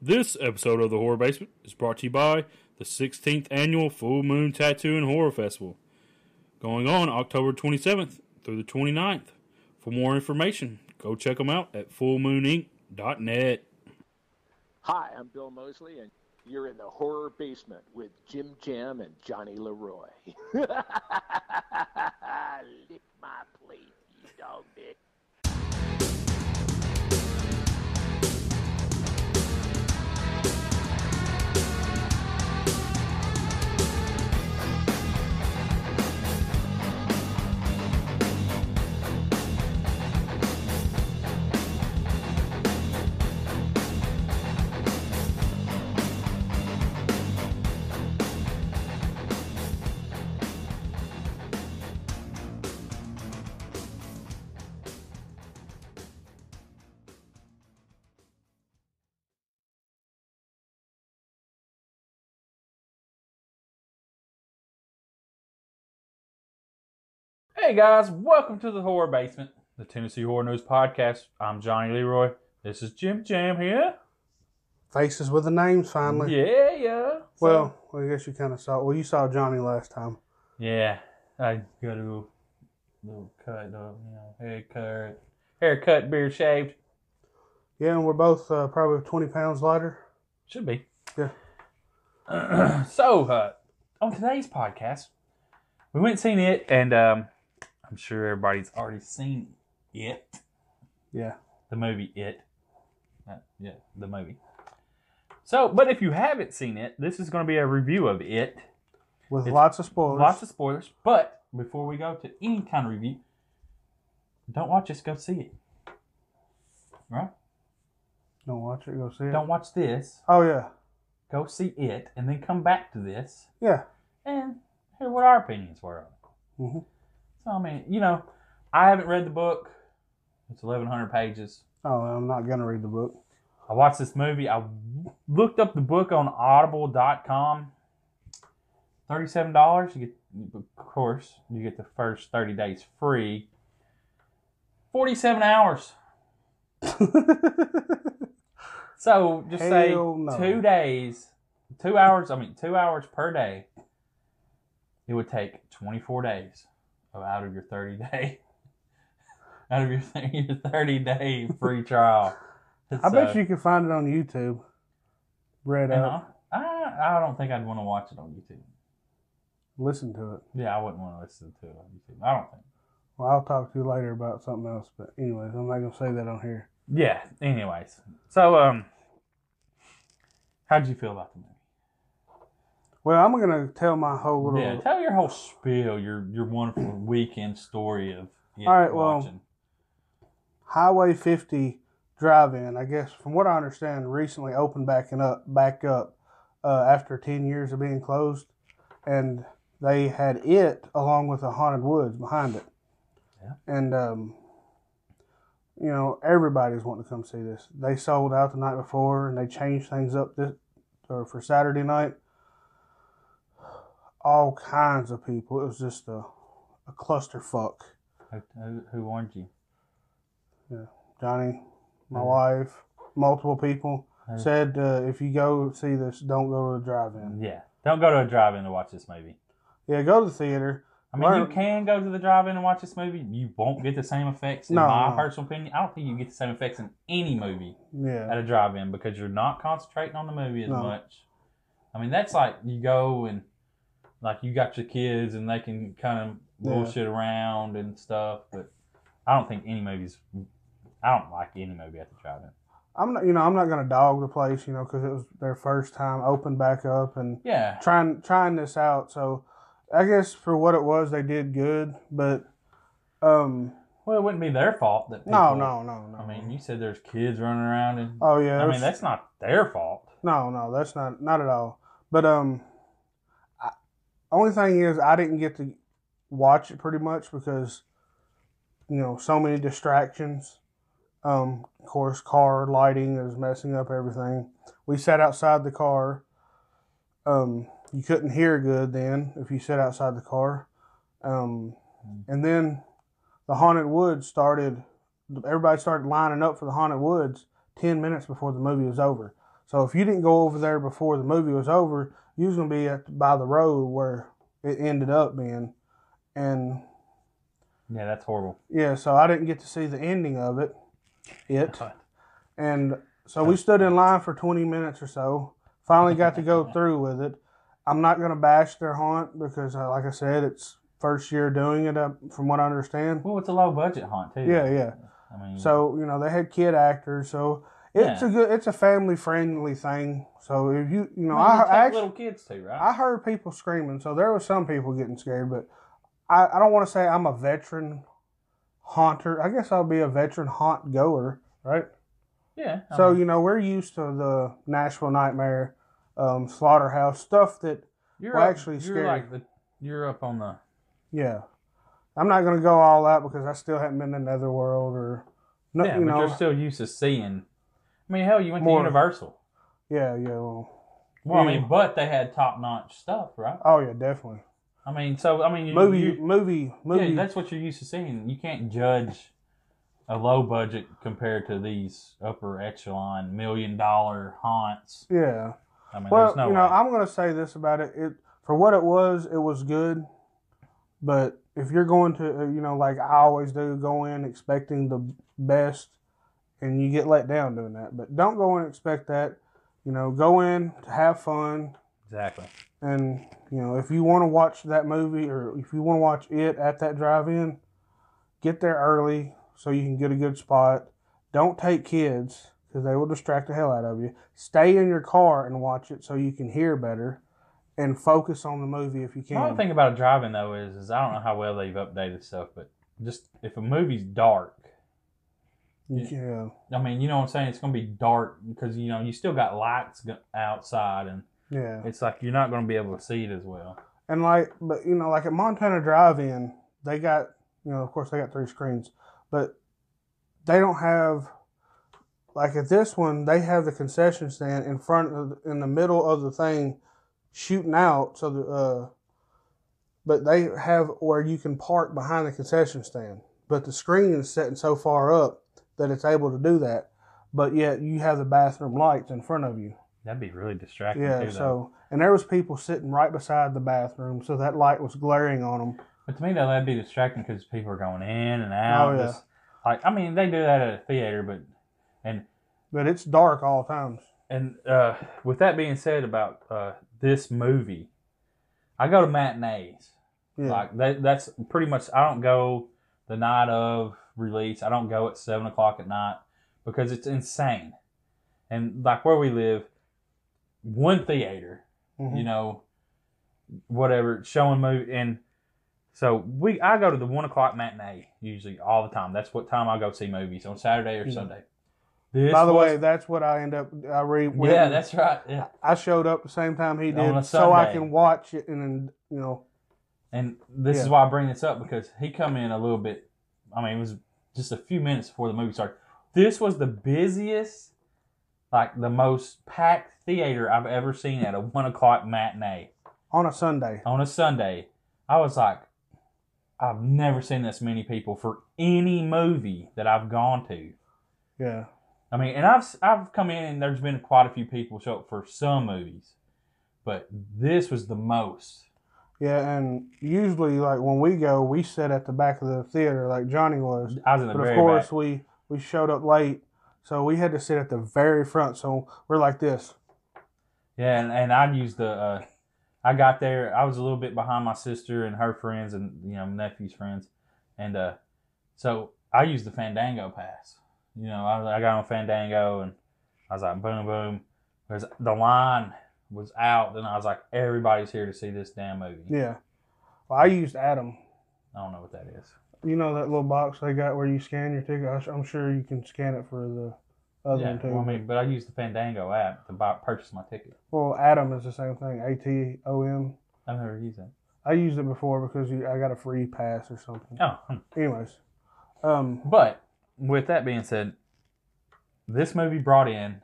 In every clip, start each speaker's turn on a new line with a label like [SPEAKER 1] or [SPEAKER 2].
[SPEAKER 1] This episode of the Horror Basement is brought to you by the 16th annual Full Moon Tattoo and Horror Festival, going on October 27th through the 29th. For more information, go check them out at fullmooninc.net.
[SPEAKER 2] Hi, I'm Bill Mosley, and you're in the horror basement with Jim Jam and Johnny Leroy. Lick my plate, you dog dick.
[SPEAKER 1] Hey guys, welcome to the Horror Basement, the Tennessee Horror News Podcast. I'm Johnny Leroy. This is Jim Jam here.
[SPEAKER 3] Faces with the names finally.
[SPEAKER 1] Yeah, yeah.
[SPEAKER 3] Well, I guess you kind of saw. Well, you saw Johnny last time.
[SPEAKER 1] Yeah, I got a little, little cut, little, you know, haircut, haircut, beard shaved.
[SPEAKER 3] Yeah, and we're both uh, probably 20 pounds lighter.
[SPEAKER 1] Should be.
[SPEAKER 3] Yeah.
[SPEAKER 1] so, uh, on today's podcast, we went and seen it, and um, I'm sure everybody's already seen it,
[SPEAKER 3] Yeah.
[SPEAKER 1] the movie It. Uh, yeah, the movie. So, but if you haven't seen it, this is going to be a review of it.
[SPEAKER 3] With
[SPEAKER 1] It's-
[SPEAKER 3] lots of spoilers.
[SPEAKER 1] Lots of spoilers, but before we go to any kind of review, don't watch this, go see it. Right?
[SPEAKER 3] Don't watch it. Go see it.
[SPEAKER 1] Don't watch this,
[SPEAKER 3] Oh, yeah.
[SPEAKER 1] go see it, and then come back to this
[SPEAKER 3] Yeah.
[SPEAKER 1] and hear Eh, what our opinions were on it.
[SPEAKER 3] hmm
[SPEAKER 1] So, I mean, you know, I haven't read the book, it's 1,100 pages.
[SPEAKER 3] Oh, I'm not going to read the book.
[SPEAKER 1] I watched this movie. I looked up the book on audible.com. $37. You get, of course, you get the first 30 days free. 47 hours. So just say
[SPEAKER 3] Hell no.
[SPEAKER 1] two days, two hours, I mean, two hours per day. It would take 24 days of- out of your 30 day. Out of your, your 30 day free trial. uh,
[SPEAKER 3] I bet
[SPEAKER 1] So-
[SPEAKER 3] you can find it on YouTube. Read
[SPEAKER 1] And
[SPEAKER 3] out.
[SPEAKER 1] I, uh-huh. I, I don't think I'd want to watch it on YouTube.
[SPEAKER 3] Listen to it.
[SPEAKER 1] Yeah, I wouldn't want to listen to it on YouTube. I don't think.
[SPEAKER 3] Well, I'll talk to you later about something else. But, anyways, I'm not going to say that on here.
[SPEAKER 1] Yeah. Anyways, so um, how'd you feel about the movie?
[SPEAKER 3] Well, I'm going to tell my whole little.
[SPEAKER 1] Yeah, tell your whole spiel, your your wonderful weekend story of it
[SPEAKER 3] All right, well-
[SPEAKER 1] watching.
[SPEAKER 3] Highway 50 drive-in, I guess, from what I understand, recently opened backing up, back up uh, after 10 years of being closed, and they had it along with the haunted woods behind it.
[SPEAKER 1] Yeah.
[SPEAKER 3] And um, you know, everybody's wanting to come see this. They sold out the night before, and they changed things up this or for Saturday night. All kinds of people. It was just a a clusterfuck.
[SPEAKER 1] Who, who, who warned you?
[SPEAKER 3] Johnny, my
[SPEAKER 1] Mhm.
[SPEAKER 3] wife, multiple people
[SPEAKER 1] Mhm.
[SPEAKER 3] said uh, if you go see this, don't go to the drive-in.
[SPEAKER 1] Yeah, don't go to a drive-in to watch this movie.
[SPEAKER 3] Yeah, go to the theater.
[SPEAKER 1] I mean, you
[SPEAKER 3] Learn-
[SPEAKER 1] can go to the drive-in and watch this movie. You won't get the same effects. In
[SPEAKER 3] No,
[SPEAKER 1] my
[SPEAKER 3] no.
[SPEAKER 1] personal opinion, I don't think you get the same effects in any movie.
[SPEAKER 3] Yeah,
[SPEAKER 1] at a drive-in because you're not concentrating on the movie as
[SPEAKER 3] No.
[SPEAKER 1] much. I mean, that's like you go and like you got your kids and they can kind of
[SPEAKER 3] Yeah.
[SPEAKER 1] bullshit around and stuff, but I don't think any movies. I don't like any movie at the drive-in.
[SPEAKER 3] I'm not. You know, I'm not gonna dog the place. You know, because it was their first time open back up and
[SPEAKER 1] Yeah,
[SPEAKER 3] trying trying this out. So, I guess for what it was, they did good. But, um,
[SPEAKER 1] well, it wouldn't be their fault that. People,
[SPEAKER 3] no, no, no, no.
[SPEAKER 1] I mean, you said there's kids running around and.
[SPEAKER 3] oh yeah,
[SPEAKER 1] I
[SPEAKER 3] it
[SPEAKER 1] mean,
[SPEAKER 3] was-
[SPEAKER 1] that's not their fault.
[SPEAKER 3] No, no, that's not not at all. But um, I, only thing is I didn't get to watch it pretty much because you know so many distractions. Um, of course, car lighting is messing up everything. We sat outside the car. Um, you couldn't hear good then if you sat outside the car. Um, and then the haunted woods started. Everybody started lining up for the haunted woods ten minutes before the movie was over. So if you didn't go over there before the movie was over, you was gonna be at, by the road where it ended up being, and
[SPEAKER 1] Yeah, that's horrible.
[SPEAKER 3] yeah, so I didn't get to see the ending of it. It and so we stood in line for 20 minutes or so. Finally got to go through with it. I'm not going to bash their haunt because, uh, like I said, it's first year doing it. Up from what I understand.
[SPEAKER 1] Well, it's a low budget haunt too.
[SPEAKER 3] Yeah, yeah.
[SPEAKER 1] I mean,
[SPEAKER 3] So you know they had kid actors, so it's
[SPEAKER 1] Hmm. Yeah.
[SPEAKER 3] a good, it's a family friendly thing. So if you you know
[SPEAKER 1] Well, you
[SPEAKER 3] I,
[SPEAKER 1] take
[SPEAKER 3] I actually
[SPEAKER 1] little kids too, right?
[SPEAKER 3] I heard people screaming, so there was some people getting scared, but I, I don't want to say I'm a veteran haunter. I guess I'll be a veteran haunt goer, right?
[SPEAKER 1] yeah. I
[SPEAKER 3] So
[SPEAKER 1] mean,
[SPEAKER 3] you know we're used to the Nashville Nightmare, um, slaughterhouse stuff. That
[SPEAKER 1] you're
[SPEAKER 3] well,
[SPEAKER 1] up-
[SPEAKER 3] actually
[SPEAKER 1] you're
[SPEAKER 3] scary.
[SPEAKER 1] like the you're up on the
[SPEAKER 3] yeah, I'm not gonna go all out because I still haven't been to Netherworld or no,
[SPEAKER 1] yeah,
[SPEAKER 3] you
[SPEAKER 1] but
[SPEAKER 3] know,
[SPEAKER 1] you're still used to seeing. I mean, hell, you went
[SPEAKER 3] More.
[SPEAKER 1] to Universal.
[SPEAKER 3] yeah, yeah. Well,
[SPEAKER 1] Well, I
[SPEAKER 3] Yeah.
[SPEAKER 1] mean, but they had top notch stuff, right?
[SPEAKER 3] oh yeah, definitely.
[SPEAKER 1] I mean, so I mean, you,
[SPEAKER 3] Movie,
[SPEAKER 1] you-
[SPEAKER 3] movie, movie.
[SPEAKER 1] Yeah, that's what you're used to seeing. You can't judge a low budget compared to these upper echelon million dollar haunts.
[SPEAKER 3] yeah.
[SPEAKER 1] I mean,
[SPEAKER 3] well,
[SPEAKER 1] there's no
[SPEAKER 3] you know,
[SPEAKER 1] way.
[SPEAKER 3] I'm gonna say this about it. It for what it was, it was good. But if you're going to, uh, you know, like I always do, go in expecting the best, and you get let down doing that. But don't go in and expect that. You know, go in to have fun,
[SPEAKER 1] exactly.
[SPEAKER 3] and you know, if you want to watch that movie or if you want to watch it at that drive-in, get there early so you can get a good spot. Don't take kids because they will distract the hell out of you. Stay in your car and watch it so you can hear better and focus on the movie if you
[SPEAKER 1] The only
[SPEAKER 3] can.
[SPEAKER 1] thing about driving though is, is I don't know how well they've updated stuff, but just if a movie's dark,
[SPEAKER 3] You can- yeah.
[SPEAKER 1] I mean, you know what I'm saying? It's going to be dark because you know you still got lights go- outside, and
[SPEAKER 3] Yeah.
[SPEAKER 1] it's like you're not going to be able to see it as well.
[SPEAKER 3] And like, but you know, like at Montana Drive-In, they got you know, of course, they got three screens, but they don't have like at this one, they have the concession stand in front of in the middle of the thing, shooting out. So the uh, but they have where you can park behind the concession stand, but the screen is setting so far up that it's able to do that. But yet you have the bathroom lights in front of you.
[SPEAKER 1] That'd be really distracting.
[SPEAKER 3] Yeah,
[SPEAKER 1] too, though.
[SPEAKER 3] so and there was people sitting right beside the bathroom, so that light was glaring on them.
[SPEAKER 1] But to me, though, that'd be distracting because people are going in and out.
[SPEAKER 3] Oh, yeah.
[SPEAKER 1] just- like, I mean, they do that at a theater, but and
[SPEAKER 3] But it's dark all times.
[SPEAKER 1] and uh, with that being said about uh, this movie, I go to matinees.
[SPEAKER 3] Yeah,
[SPEAKER 1] Like that, that's pretty much. I don't go the night of release. I don't go at seven o'clock at night because it's insane. And like where we live, one theater
[SPEAKER 3] Mhm.
[SPEAKER 1] you know, whatever showing movie. And so we, I go to the one o'clock matinee usually all the time. That's what time I go see movies on Saturday or
[SPEAKER 3] Mhm.
[SPEAKER 1] Sunday. This
[SPEAKER 3] By the
[SPEAKER 1] was-
[SPEAKER 3] way, that's what I end up. I re
[SPEAKER 1] yeah,
[SPEAKER 3] went-
[SPEAKER 1] that's right. Yeah,
[SPEAKER 3] I showed up the same time he
[SPEAKER 1] On a
[SPEAKER 3] did, so I
[SPEAKER 1] Sunday.
[SPEAKER 3] can watch it and then you know.
[SPEAKER 1] and this is
[SPEAKER 3] Yeah.
[SPEAKER 1] why I bring this up because he come in a little bit. I mean, it was just a few minutes before the movie started. This was the busiest, like the most packed theater I've ever seen at a one o'clock matinee.
[SPEAKER 3] On a Sunday,
[SPEAKER 1] on a Sunday, I was like, I've never seen this many people for any movie that I've gone to.
[SPEAKER 3] yeah,
[SPEAKER 1] I mean, and I've I've come in and there's been quite a few people show up for some movies, but this was the most.
[SPEAKER 3] yeah, and usually like when we go, we sit at the back of the theater like Johnny was,
[SPEAKER 1] I was in the
[SPEAKER 3] but
[SPEAKER 1] very
[SPEAKER 3] of course
[SPEAKER 1] back.
[SPEAKER 3] we we showed up late, so we had to sit at the very front. So we're like this.
[SPEAKER 1] Yeah, and, and I used the. Uh, I got there. I was a little bit behind my sister and her friends and you know nephew's friends, and uh, so I used the Fandango pass. You know, I, I got on Fandango and I was like, boom, boom, because the line was out, and I was like, everybody's here to see this damn movie.
[SPEAKER 3] Yeah, well, I used Adam.
[SPEAKER 1] I don't know what that is.
[SPEAKER 3] You know that little box they got where you scan your ticket? I s- I'm sure you can scan it for the other
[SPEAKER 1] yeah,
[SPEAKER 3] one too.
[SPEAKER 1] well, I mean, but I used the Fandango app to buy, purchase my ticket.
[SPEAKER 3] well, Atom is the same thing. A T O M.
[SPEAKER 1] I've never used it.
[SPEAKER 3] I used it before because you, I got a free pass or something.
[SPEAKER 1] Oh, hmm.
[SPEAKER 3] Anyways, um,
[SPEAKER 1] But with that being said, this movie brought in.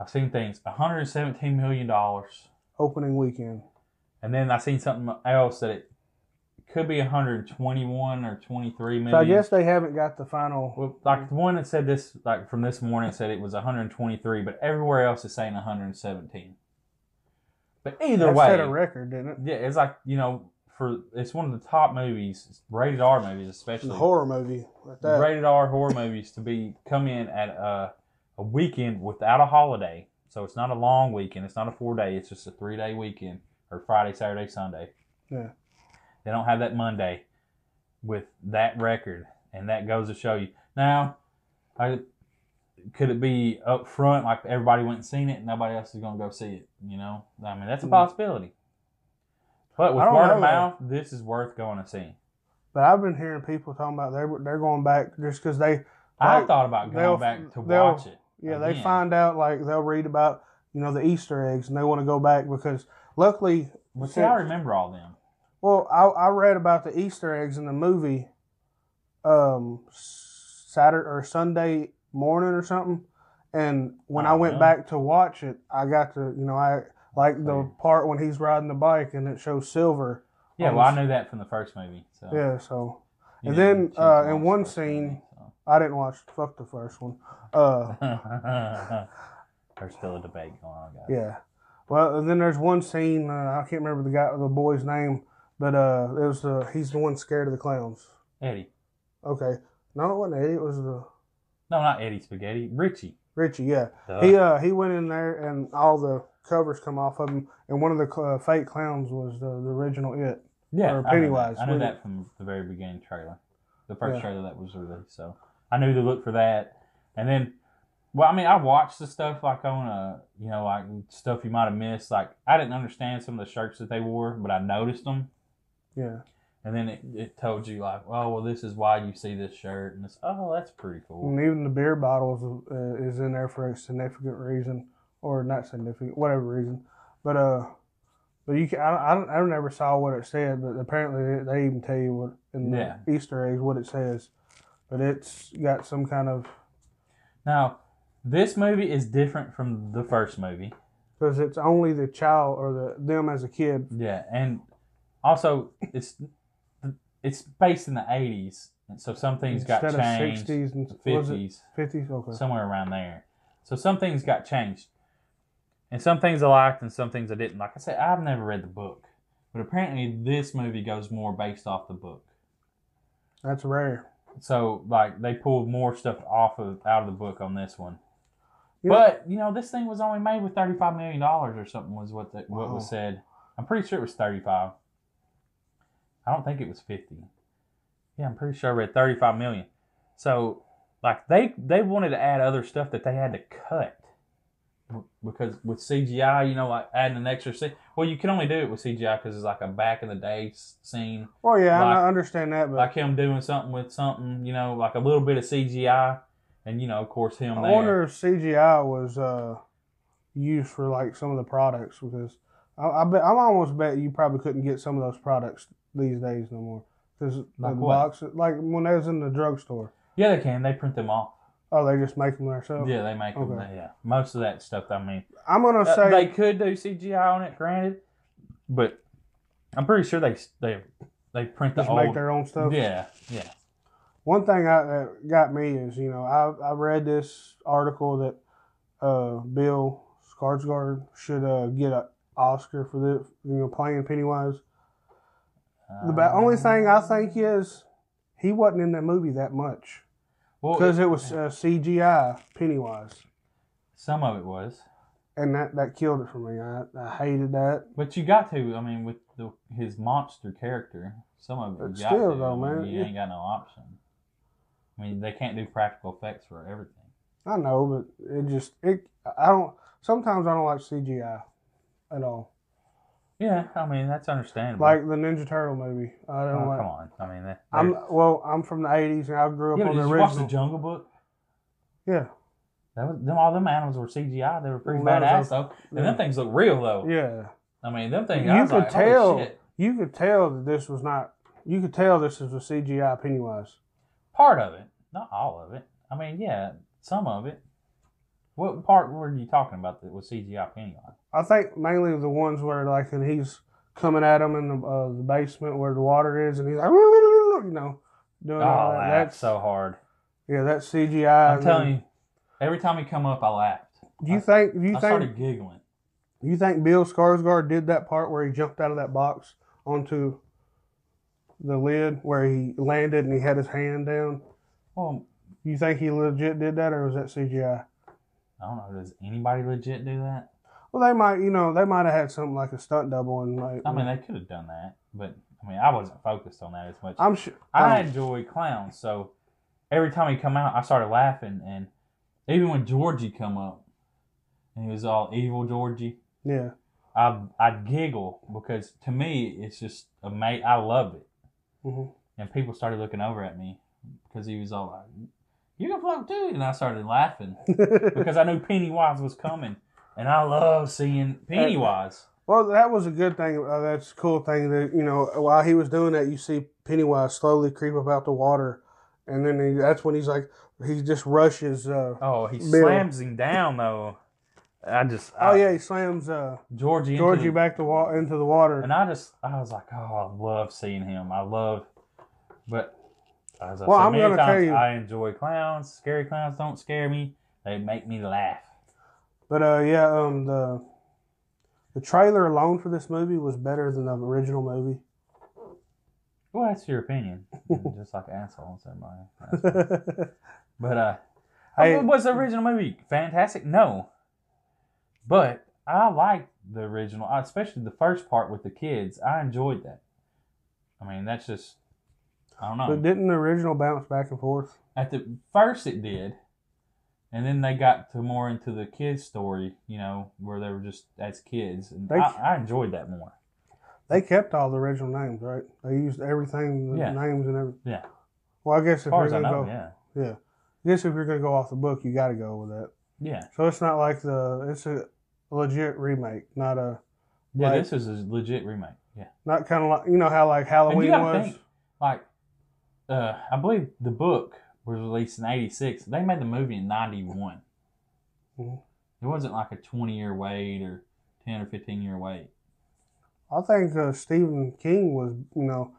[SPEAKER 1] I've seen things 117 million dollars,
[SPEAKER 3] opening weekend.
[SPEAKER 1] and then I seen something else that it could be 121 or 23 maybe.
[SPEAKER 3] So I guess they haven't got the final.
[SPEAKER 1] Well, like the one that said this, like from this morning, said it was 123, but everywhere else is saying 117. But either
[SPEAKER 3] That
[SPEAKER 1] way,
[SPEAKER 3] set a record, didn't it?
[SPEAKER 1] yeah, it's like you know, for it's one of the top movies, rated R movies
[SPEAKER 3] It's a
[SPEAKER 1] especially,
[SPEAKER 3] horror movie. Like that.
[SPEAKER 1] rated R horror movies to be come in at a, a weekend without a holiday. So it's not a long weekend. It's not a four day. It's just a three day weekend or Friday, Saturday, Sunday.
[SPEAKER 3] Yeah.
[SPEAKER 1] They don't have that Monday with that record, and that goes to show you. Now, I could it be up front like everybody went and seen it, and nobody else is gonna go see it. You know, I mean that's a
[SPEAKER 3] Mm.
[SPEAKER 1] possibility. But with
[SPEAKER 3] I don't
[SPEAKER 1] word
[SPEAKER 3] know,
[SPEAKER 1] of mouth, this is worth going and seeing.
[SPEAKER 3] But I've been hearing people talking about they're they're going back just because they
[SPEAKER 1] I
[SPEAKER 3] Like,
[SPEAKER 1] thought about
[SPEAKER 3] they'll-
[SPEAKER 1] going back to
[SPEAKER 3] they'll-
[SPEAKER 1] watch it.
[SPEAKER 3] yeah they
[SPEAKER 1] again.
[SPEAKER 3] find out like they'll read about you know the Easter eggs and they want to go back because luckily
[SPEAKER 1] Well, see, I remember all them.
[SPEAKER 3] Well, I, I read about the Easter eggs in the movie, um, Saturday or Sunday morning or something, and when I,
[SPEAKER 1] Oh,
[SPEAKER 3] went
[SPEAKER 1] yeah.
[SPEAKER 3] back to watch it, I got to you know I like the part when he's riding the bike and it shows silver.
[SPEAKER 1] Yeah, well, I knew that from the first movie. So
[SPEAKER 3] Yeah, so
[SPEAKER 1] you
[SPEAKER 3] and
[SPEAKER 1] didn't
[SPEAKER 3] then,
[SPEAKER 1] choose
[SPEAKER 3] uh,
[SPEAKER 1] to
[SPEAKER 3] in
[SPEAKER 1] watch
[SPEAKER 3] one
[SPEAKER 1] the first movie,
[SPEAKER 3] scene- I didn't watch fuck the first one. Uh,
[SPEAKER 1] so. There's still a debate going on, guys.
[SPEAKER 3] yeah. Well, and then there's one scene uh, I can't remember the guy the boy's name, but uh, it was the he's the one scared of the clowns.
[SPEAKER 1] Eddie.
[SPEAKER 3] Okay, no, it wasn't Eddie. It was the
[SPEAKER 1] No, not Eddie Spaghetti. Richie.
[SPEAKER 3] Richie. Yeah.
[SPEAKER 1] Duh.
[SPEAKER 3] He uh he went in there and all the covers come off of him, and one of the cl- uh, fake clowns was the, the original it.
[SPEAKER 1] yeah,
[SPEAKER 3] or
[SPEAKER 1] I knew that.
[SPEAKER 3] Pennywise,
[SPEAKER 1] I knew
[SPEAKER 3] wasn't
[SPEAKER 1] that from the very beginning trailer, the first
[SPEAKER 3] Yeah.
[SPEAKER 1] trailer that was released. So I knew to look for that. And then, well, I mean, I watched the stuff like on uh you know, like stuff you might have missed. Like I didn't understand some of the shirts that they wore, but I noticed them.
[SPEAKER 3] Yeah,
[SPEAKER 1] And then it, it told you like, oh well, this is why you see this shirt, and it's oh that's pretty cool.
[SPEAKER 3] and even the beer bottles uh, is in there for a significant reason, or not significant, whatever reason. But uh, but you can, I I, don't, I never saw what it said, but apparently they, they even tell you what in the
[SPEAKER 1] Yeah.
[SPEAKER 3] Easter eggs what it says, but it's got some kind of
[SPEAKER 1] Now, this movie is different from the first movie.
[SPEAKER 3] because it's only the child or the them as a kid.
[SPEAKER 1] Yeah, and also it's it's based in the eighties, and so some things got
[SPEAKER 3] instead of
[SPEAKER 1] changed,
[SPEAKER 3] sixties and was it
[SPEAKER 1] fifties,
[SPEAKER 3] fifties? Okay,
[SPEAKER 1] somewhere around there. So some things got changed, and some things I liked, and some things I didn't. Like I said, I've never read the book, but apparently this movie goes more based off the book.
[SPEAKER 3] that's rare.
[SPEAKER 1] So like they pulled more stuff off of out of the book on this one.
[SPEAKER 3] You know-
[SPEAKER 1] But you know, this thing was only made with thirty five million dollars or something was what the, what
[SPEAKER 3] Wow.
[SPEAKER 1] was said. I'm pretty sure it was thirty five. I don't think it was fifty. Yeah, I'm pretty sure I read thirty five million. So like they they wanted to add other stuff that they had to cut W- because with CGI, you know, like adding an extra scene. Well, you can only do it with CGI because it's like a back in the day s- scene
[SPEAKER 3] Well, Oh, yeah, I-
[SPEAKER 1] Like-
[SPEAKER 3] I understand that, but
[SPEAKER 1] like him doing something with something, you know, like a little bit of CGI, and you know, of course, him
[SPEAKER 3] I
[SPEAKER 1] there.
[SPEAKER 3] wonder if CGI was uh, used for like some of the products because I, I bet I'm almost bet you probably couldn't get some of those products these days no more because
[SPEAKER 1] Like
[SPEAKER 3] the
[SPEAKER 1] what?
[SPEAKER 3] box like when they was in the drugstore.
[SPEAKER 1] Yeah, they can. They print them off.
[SPEAKER 3] Oh, they just make them themselves.
[SPEAKER 1] Yeah, they make them.
[SPEAKER 3] Oh, Okay.
[SPEAKER 1] Yeah, most of that stuff. I mean,
[SPEAKER 3] I'm gonna
[SPEAKER 1] uh,
[SPEAKER 3] say
[SPEAKER 1] they could do CGI on it, granted, but I'm pretty sure they they they print the
[SPEAKER 3] just
[SPEAKER 1] old.
[SPEAKER 3] make their own stuff.
[SPEAKER 1] yeah, yeah.
[SPEAKER 3] One thing I, that got me is you know I I read this article that uh, Bill Skarsgård should uh, get an Oscar for the you know playing Pennywise. The ba-
[SPEAKER 1] Uh,
[SPEAKER 3] only thing I think is he wasn't in that movie that much
[SPEAKER 1] well,
[SPEAKER 3] because it was uh, CGI Pennywise,
[SPEAKER 1] some of it was,
[SPEAKER 3] and that, that killed it for me. I, I hated that.
[SPEAKER 1] but you got to. I mean, with the, his monster character, some of it you
[SPEAKER 3] But
[SPEAKER 1] got
[SPEAKER 3] still,
[SPEAKER 1] to.
[SPEAKER 3] though,
[SPEAKER 1] I mean,
[SPEAKER 3] man,
[SPEAKER 1] you
[SPEAKER 3] you-
[SPEAKER 1] ain't got no option. I mean, they can't do practical effects for everything.
[SPEAKER 3] I know, but it just it. I don't. Sometimes I don't like CGI at all.
[SPEAKER 1] Yeah, I mean that's understandable.
[SPEAKER 3] Like the Ninja Turtle movie, I
[SPEAKER 1] Mm-hmm. oh,
[SPEAKER 3] don't like.
[SPEAKER 1] come on, I mean that.
[SPEAKER 3] I'm
[SPEAKER 1] that-
[SPEAKER 3] well. I'm from the '80s, and I grew up
[SPEAKER 1] yeah, but
[SPEAKER 3] on
[SPEAKER 1] did
[SPEAKER 3] the
[SPEAKER 1] you watch the
[SPEAKER 3] original.
[SPEAKER 1] Jungle Book?
[SPEAKER 3] yeah,
[SPEAKER 1] That was them. All them animals were CGI. They were pretty
[SPEAKER 3] Well, that
[SPEAKER 1] badass
[SPEAKER 3] was
[SPEAKER 1] though, and
[SPEAKER 3] yeah.
[SPEAKER 1] them things look real though.
[SPEAKER 3] yeah.
[SPEAKER 1] I mean them things. I
[SPEAKER 3] You
[SPEAKER 1] was
[SPEAKER 3] could
[SPEAKER 1] like, holy
[SPEAKER 3] tell.
[SPEAKER 1] shit.
[SPEAKER 3] You could tell that this was not. You could tell this is a CGI Pennywise.
[SPEAKER 1] part of it, not all of it. I mean, yeah, some of it. What part were you talking about that was CGI Pennywise?
[SPEAKER 3] I think mainly the ones where like and he's coming at him in the, uh, the basement where the water is, and he's like, you know, doing
[SPEAKER 1] Oh,
[SPEAKER 3] all that.
[SPEAKER 1] that's so hard.
[SPEAKER 3] yeah, that's CGI.
[SPEAKER 1] I'm telling you, every time he come up, I laughed.
[SPEAKER 3] Do you think? Do you
[SPEAKER 1] I
[SPEAKER 3] think?
[SPEAKER 1] started giggling.
[SPEAKER 3] Do you think Bill Skarsgård did that part where he jumped out of that box onto the lid where he landed and he had his hand down?
[SPEAKER 1] Well,
[SPEAKER 3] You think he legit did that, or was that CGI?
[SPEAKER 1] I don't know. Does anybody legit do that?
[SPEAKER 3] Well, they might, you know, they might have had something like a stunt double and like.
[SPEAKER 1] I mean, they could have done that, but I mean, I wasn't focused on that as much.
[SPEAKER 3] I'm sure.
[SPEAKER 1] I enjoy clowns, so every time he come out, I started laughing. And even when Georgie come up, and he was all evil Georgie,
[SPEAKER 3] yeah,
[SPEAKER 1] I I'd giggle because to me it's just amazing. I loved it,
[SPEAKER 3] Mhm.
[SPEAKER 1] and people started looking over at me because he was all like, "You can fuck too," and I started laughing
[SPEAKER 3] mm-hmm.
[SPEAKER 1] because I knew Pennywise was coming, and I love seeing Pennywise.
[SPEAKER 3] well, that was a good thing. Uh, that's a cool thing that you know. While he was doing that, you see Pennywise slowly creep up out the water, and then he, that's when he's like, he just rushes. Uh,
[SPEAKER 1] Oh, he
[SPEAKER 3] Bill.
[SPEAKER 1] slams him down though. I just
[SPEAKER 3] oh yeah, he slams uh,
[SPEAKER 1] Georgie into
[SPEAKER 3] Georgie
[SPEAKER 1] the-
[SPEAKER 3] back the wa- into the water.
[SPEAKER 1] And I just, I was like, oh, I love seeing him. I love, but as I
[SPEAKER 3] Well,
[SPEAKER 1] said
[SPEAKER 3] I'm
[SPEAKER 1] many
[SPEAKER 3] gonna
[SPEAKER 1] times,
[SPEAKER 3] tell you-
[SPEAKER 1] I enjoy clowns. Scary clowns don't scare me. They make me laugh.
[SPEAKER 3] But uh, yeah, um, the the trailer alone for this movie was better than the original movie.
[SPEAKER 1] Well, that's your opinion. just like assholes, everybody. That's- But uh, I,
[SPEAKER 3] Hey.
[SPEAKER 1] mean, was the original movie fantastic? No, but I liked the original, I- especially the first part with the kids. I enjoyed that. I mean, that's just, I don't know.
[SPEAKER 3] but didn't the original bounce back and forth?
[SPEAKER 1] at the first it did and then they got to more into the kids story you know where they were just as kids and
[SPEAKER 3] They-
[SPEAKER 1] I, I enjoyed that more
[SPEAKER 3] They kept all the original names, right? They used everything, the
[SPEAKER 1] Yeah.
[SPEAKER 3] names and everything.
[SPEAKER 1] Yeah.
[SPEAKER 3] Well, I guess
[SPEAKER 1] as
[SPEAKER 3] if
[SPEAKER 1] far
[SPEAKER 3] you're
[SPEAKER 1] as i
[SPEAKER 3] gonna
[SPEAKER 1] know
[SPEAKER 3] go,
[SPEAKER 1] yeah
[SPEAKER 3] I guess if you're gonna go off the book, you got to go with that.
[SPEAKER 1] yeah
[SPEAKER 3] So it's not like the it's a legit remake, not a
[SPEAKER 1] yeah
[SPEAKER 3] Like-
[SPEAKER 1] this is a legit remake yeah
[SPEAKER 3] not kind of like you know how like Halloween
[SPEAKER 1] gotta
[SPEAKER 3] was.
[SPEAKER 1] think- like uh i believe the book was released in 86 they made the movie in 91
[SPEAKER 3] Mhm.
[SPEAKER 1] it wasn't like a 20 year wait or 10 or 15 year wait
[SPEAKER 3] I think uh, Stephen King was you know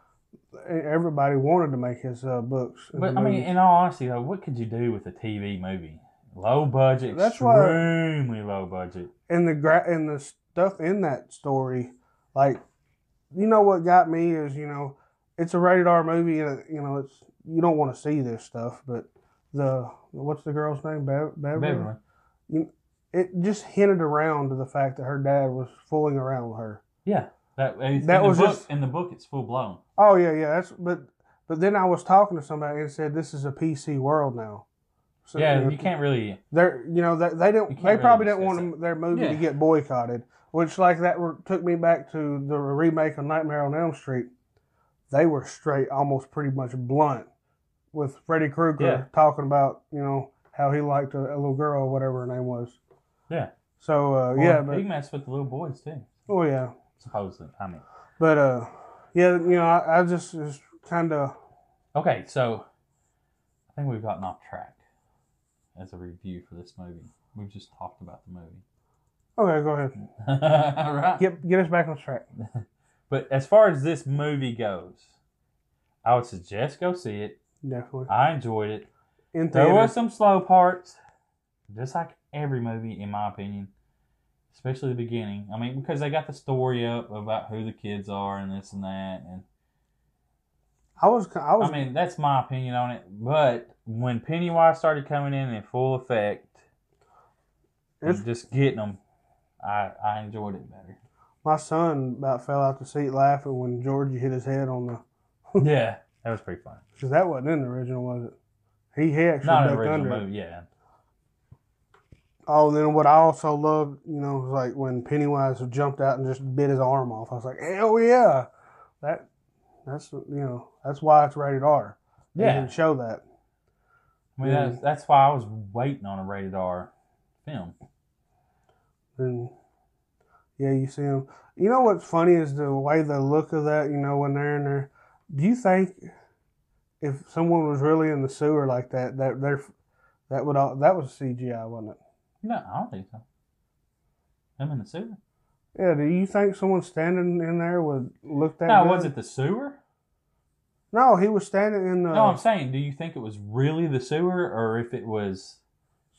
[SPEAKER 3] e, everybody wanted to make his uh, books. and
[SPEAKER 1] but i mean
[SPEAKER 3] movies.
[SPEAKER 1] in all honesty though what could you do with a tv movie low budget
[SPEAKER 3] That's why-
[SPEAKER 1] extremely low budget
[SPEAKER 3] and the gra- and the stuff in that story, like, you know what got me is you know, it's a rated R movie and you know it's you don't want to see this stuff, but the what's the girl's name Bev- Beverly?
[SPEAKER 1] Beverly.
[SPEAKER 3] It just hinted around to the fact that her dad was fooling around with her.
[SPEAKER 1] Yeah, that uh, it's
[SPEAKER 3] That
[SPEAKER 1] in the
[SPEAKER 3] was
[SPEAKER 1] book,
[SPEAKER 3] just-
[SPEAKER 1] in the book. It's full blown.
[SPEAKER 3] Oh yeah, yeah. That's but but then I was talking to somebody and said this is a PC world now. So, you
[SPEAKER 1] yeah,
[SPEAKER 3] know,
[SPEAKER 1] you can't really.
[SPEAKER 3] they're you know they, they
[SPEAKER 1] You
[SPEAKER 3] didn't
[SPEAKER 1] can't
[SPEAKER 3] they
[SPEAKER 1] really
[SPEAKER 3] probably didn't
[SPEAKER 1] discuss
[SPEAKER 3] want them- their movie to
[SPEAKER 1] Yeah.
[SPEAKER 3] get boycotted which like that were, took me back to the remake of nightmare on elm street they were straight almost pretty much blunt with freddy krueger
[SPEAKER 1] Yeah.
[SPEAKER 3] talking about you know how he liked a, a little girl or whatever her name was
[SPEAKER 1] Yeah.
[SPEAKER 3] so uh, yeah
[SPEAKER 1] Well,
[SPEAKER 3] but
[SPEAKER 1] he messed with the little boys too.
[SPEAKER 3] oh yeah
[SPEAKER 1] Supposedly, I mean.
[SPEAKER 3] but uh yeah you know i, I just is kind of
[SPEAKER 1] Okay, so I think we've gotten off track as a review for this movie. We've just talked about the movie.
[SPEAKER 3] okay go ahead
[SPEAKER 1] All right.
[SPEAKER 3] get get us back on track
[SPEAKER 1] But as far as this movie goes, I would suggest go see it.
[SPEAKER 3] definitely
[SPEAKER 1] I enjoyed it.
[SPEAKER 3] in
[SPEAKER 1] There were
[SPEAKER 3] theaters
[SPEAKER 1] some slow parts, just like every movie, in my opinion, especially the beginning. I mean, because they got the story up about who the kids are and this and that, and
[SPEAKER 3] i was i was
[SPEAKER 1] I mean that's my opinion on it. But when Pennywise started coming in in full effect, and
[SPEAKER 3] It's-
[SPEAKER 1] just getting them, I I enjoyed it better.
[SPEAKER 3] My son about fell out the seat laughing when Georgie hit his head on the.
[SPEAKER 1] yeah, that was pretty fun.
[SPEAKER 3] Because that wasn't in the original, was it? He, he actually
[SPEAKER 1] Not an
[SPEAKER 3] ducked under.
[SPEAKER 1] original
[SPEAKER 3] it.
[SPEAKER 1] movie, yeah.
[SPEAKER 3] Oh, and then what I also loved, you know, was like when Pennywise jumped out and just bit his arm off. I was like, hell yeah, that that's you know that's why it's rated R. They
[SPEAKER 1] Yeah.
[SPEAKER 3] didn't show that.
[SPEAKER 1] I mean that's that's why I was waiting on a rated R film.
[SPEAKER 3] And yeah, you see him. You know what's funny is the way the look of that. You know when they're in there. Do you think if someone was really in the sewer like that, that they're that would all that was CGI, wasn't
[SPEAKER 1] No, I don't think so. I'm in the sewer.
[SPEAKER 3] it? Yeah, do you think someone standing in there would look that
[SPEAKER 1] No,
[SPEAKER 3] good?
[SPEAKER 1] was it the sewer?
[SPEAKER 3] No, he was standing in the
[SPEAKER 1] No, I'm saying, do you think it was really the sewer or if it was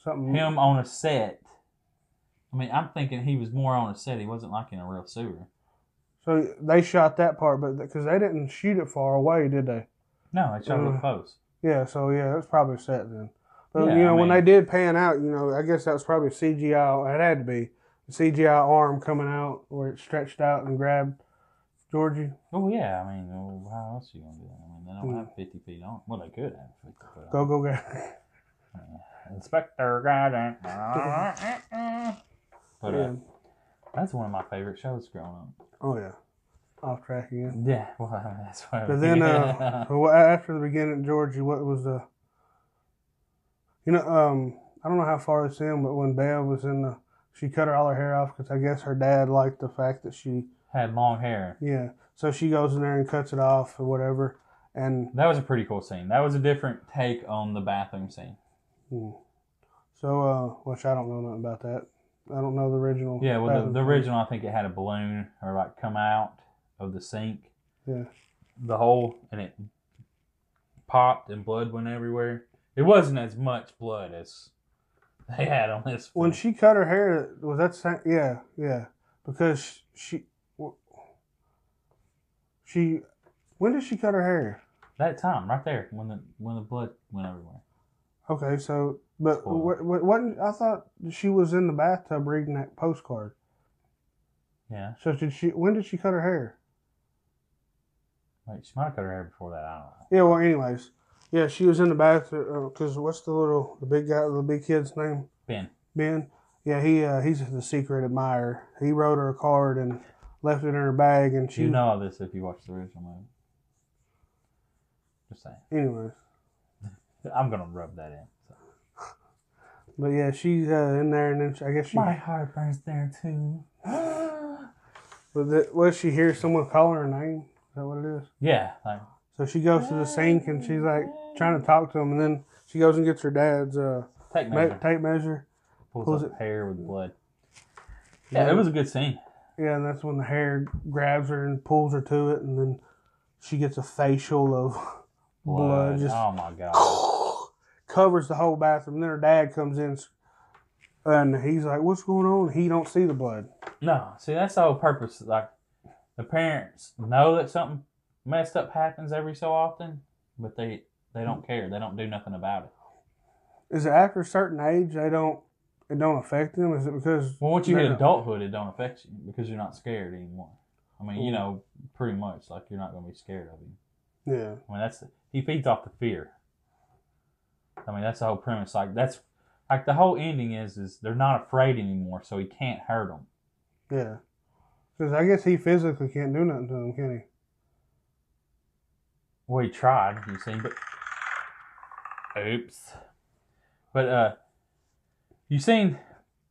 [SPEAKER 3] something.
[SPEAKER 1] him on a set? I mean, I'm thinking he was more on a set. He wasn't like in a real sewer.
[SPEAKER 3] So they shot that part, but because they didn't shoot it far away, did they?
[SPEAKER 1] No, they shot real
[SPEAKER 3] Uh,
[SPEAKER 1] close.
[SPEAKER 3] Yeah. So yeah, that's probably set then. But
[SPEAKER 1] Yeah,
[SPEAKER 3] you know,
[SPEAKER 1] I
[SPEAKER 3] when
[SPEAKER 1] mean-
[SPEAKER 3] they did pan out, you know, I guess that was probably CGI. It had to be the CGI arm coming out where it stretched out and grabbed Georgie.
[SPEAKER 1] Oh yeah, I mean, well, how else you gonna do that? I mean, they don't have 50 feet on. Well, they could have 50 feet on.
[SPEAKER 3] Mm. Go go go.
[SPEAKER 1] Inspector Gadget. but uh,
[SPEAKER 3] yeah.
[SPEAKER 1] that's one of my favorite shows growing up.
[SPEAKER 3] Oh yeah. Off track again.
[SPEAKER 1] Yeah, well, I mean, that's what.
[SPEAKER 3] But then uh, well, after the beginning, Georgie, what was the? You know, um, I don't know how far it's in, but when Bev was in the, she cut her all her hair off because I guess her dad liked the fact that she
[SPEAKER 1] had long hair.
[SPEAKER 3] Yeah. So she goes in there and cuts it off or whatever. And
[SPEAKER 1] That was a pretty cool scene. That was a different take on the bathroom scene.
[SPEAKER 3] hmm. so, uh, which I don't know nothing about that. I don't know the original.
[SPEAKER 1] Yeah, well, the,
[SPEAKER 3] Batman
[SPEAKER 1] the
[SPEAKER 3] thing.
[SPEAKER 1] original, I think it had a balloon or like come out of the sink,
[SPEAKER 3] Yeah.
[SPEAKER 1] the hole, and it popped and blood went everywhere. It wasn't as much blood as they had on this.
[SPEAKER 3] When
[SPEAKER 1] film.
[SPEAKER 3] she cut her hair, was that same? Yeah, yeah. Because she, she, when did she cut her hair?
[SPEAKER 1] that time right there when the when the blood went everywhere.
[SPEAKER 3] Okay, so but
[SPEAKER 1] Spoiler.
[SPEAKER 3] what, what, wasn't I thought she was in the bathtub reading that postcard.
[SPEAKER 1] Yeah,
[SPEAKER 3] So did she? When did she cut her hair?
[SPEAKER 1] wait, she might have cut her hair before that. I don't know.
[SPEAKER 3] Yeah. Well, anyways, yeah, she was in the bathroom because what's the little the big guy the big kid's name?
[SPEAKER 1] Ben.
[SPEAKER 3] Ben. Yeah, he uh, he's the secret admirer. He wrote her a card and left it in her bag, and she.
[SPEAKER 1] You know all this if you watch the original movie. Just saying.
[SPEAKER 3] Anyways,
[SPEAKER 1] I'm gonna rub that in. so.
[SPEAKER 3] but yeah, she's uh, in there, and then she, I guess she.
[SPEAKER 1] My heart burns there too.
[SPEAKER 3] Was it, was she hears someone calling her name? Is that what it is?
[SPEAKER 1] yeah, like
[SPEAKER 3] So she goes to the sink and she's like trying to talk to him, and then she goes and gets her dad's uh,
[SPEAKER 1] take
[SPEAKER 3] ma-
[SPEAKER 1] measure.
[SPEAKER 3] tape measure.
[SPEAKER 1] pulls
[SPEAKER 3] pulls
[SPEAKER 1] up
[SPEAKER 3] it-
[SPEAKER 1] hair with blood. Yeah, it was a good scene.
[SPEAKER 3] Yeah, and that's when the hair grabs her and pulls her to it, and then she gets a facial of blood, just
[SPEAKER 1] oh my god.
[SPEAKER 3] covers the whole bathroom. Then her dad comes in, and he's like, "What's going on?" He don't see the blood.
[SPEAKER 1] No, see that's the whole purpose. Like the parents know that something messed up happens every so often, but they they don't care. They don't do nothing about it.
[SPEAKER 3] Is it after a certain age they don't it don't affect them? Is it because
[SPEAKER 1] Well, once you
[SPEAKER 3] they're
[SPEAKER 1] hit
[SPEAKER 3] not-
[SPEAKER 1] adulthood, it don't affect you because you're not scared anymore. I mean, you know, pretty much like you're not gonna be scared of him.
[SPEAKER 3] Yeah,
[SPEAKER 1] I mean, that's he feeds off the fear. I mean, that's the whole premise. Like that's like the whole ending is is they're not afraid anymore, so he can't hurt them.
[SPEAKER 3] yeah. Because I guess he physically can't do nothing to him, can
[SPEAKER 1] Well, he tried, you see, but oops. But uh, you seen?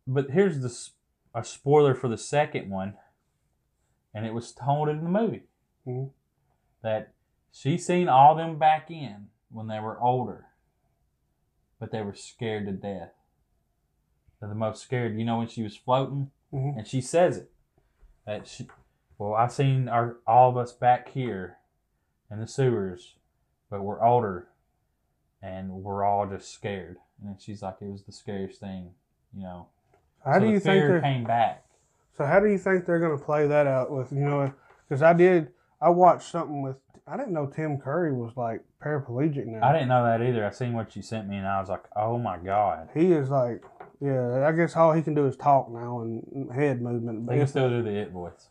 [SPEAKER 1] But here's the s- a spoiler for the second one, and it was told in the movie
[SPEAKER 3] Mhm.
[SPEAKER 1] that she seen all them back in when they were older, but they were scared to death. They're the most scared. You know when she was floating,
[SPEAKER 3] he? hmm
[SPEAKER 1] and she says it that she well i seen our all of us back here in the sewers but we're older and we're all just scared and then she's like it was the scariest thing you know
[SPEAKER 3] How
[SPEAKER 1] So
[SPEAKER 3] do
[SPEAKER 1] the
[SPEAKER 3] you think
[SPEAKER 1] fear
[SPEAKER 3] they're
[SPEAKER 1] came back
[SPEAKER 3] so? How do you think they're gonna play that out with you know? Because I did I watched something with I didn't know Tim Curry was like paraplegic now.
[SPEAKER 1] i didn't know that either i seen what you sent me and i was like oh my god
[SPEAKER 3] He is like yeah. I guess all he can do is talk now and head movement.
[SPEAKER 1] they can still do the it voice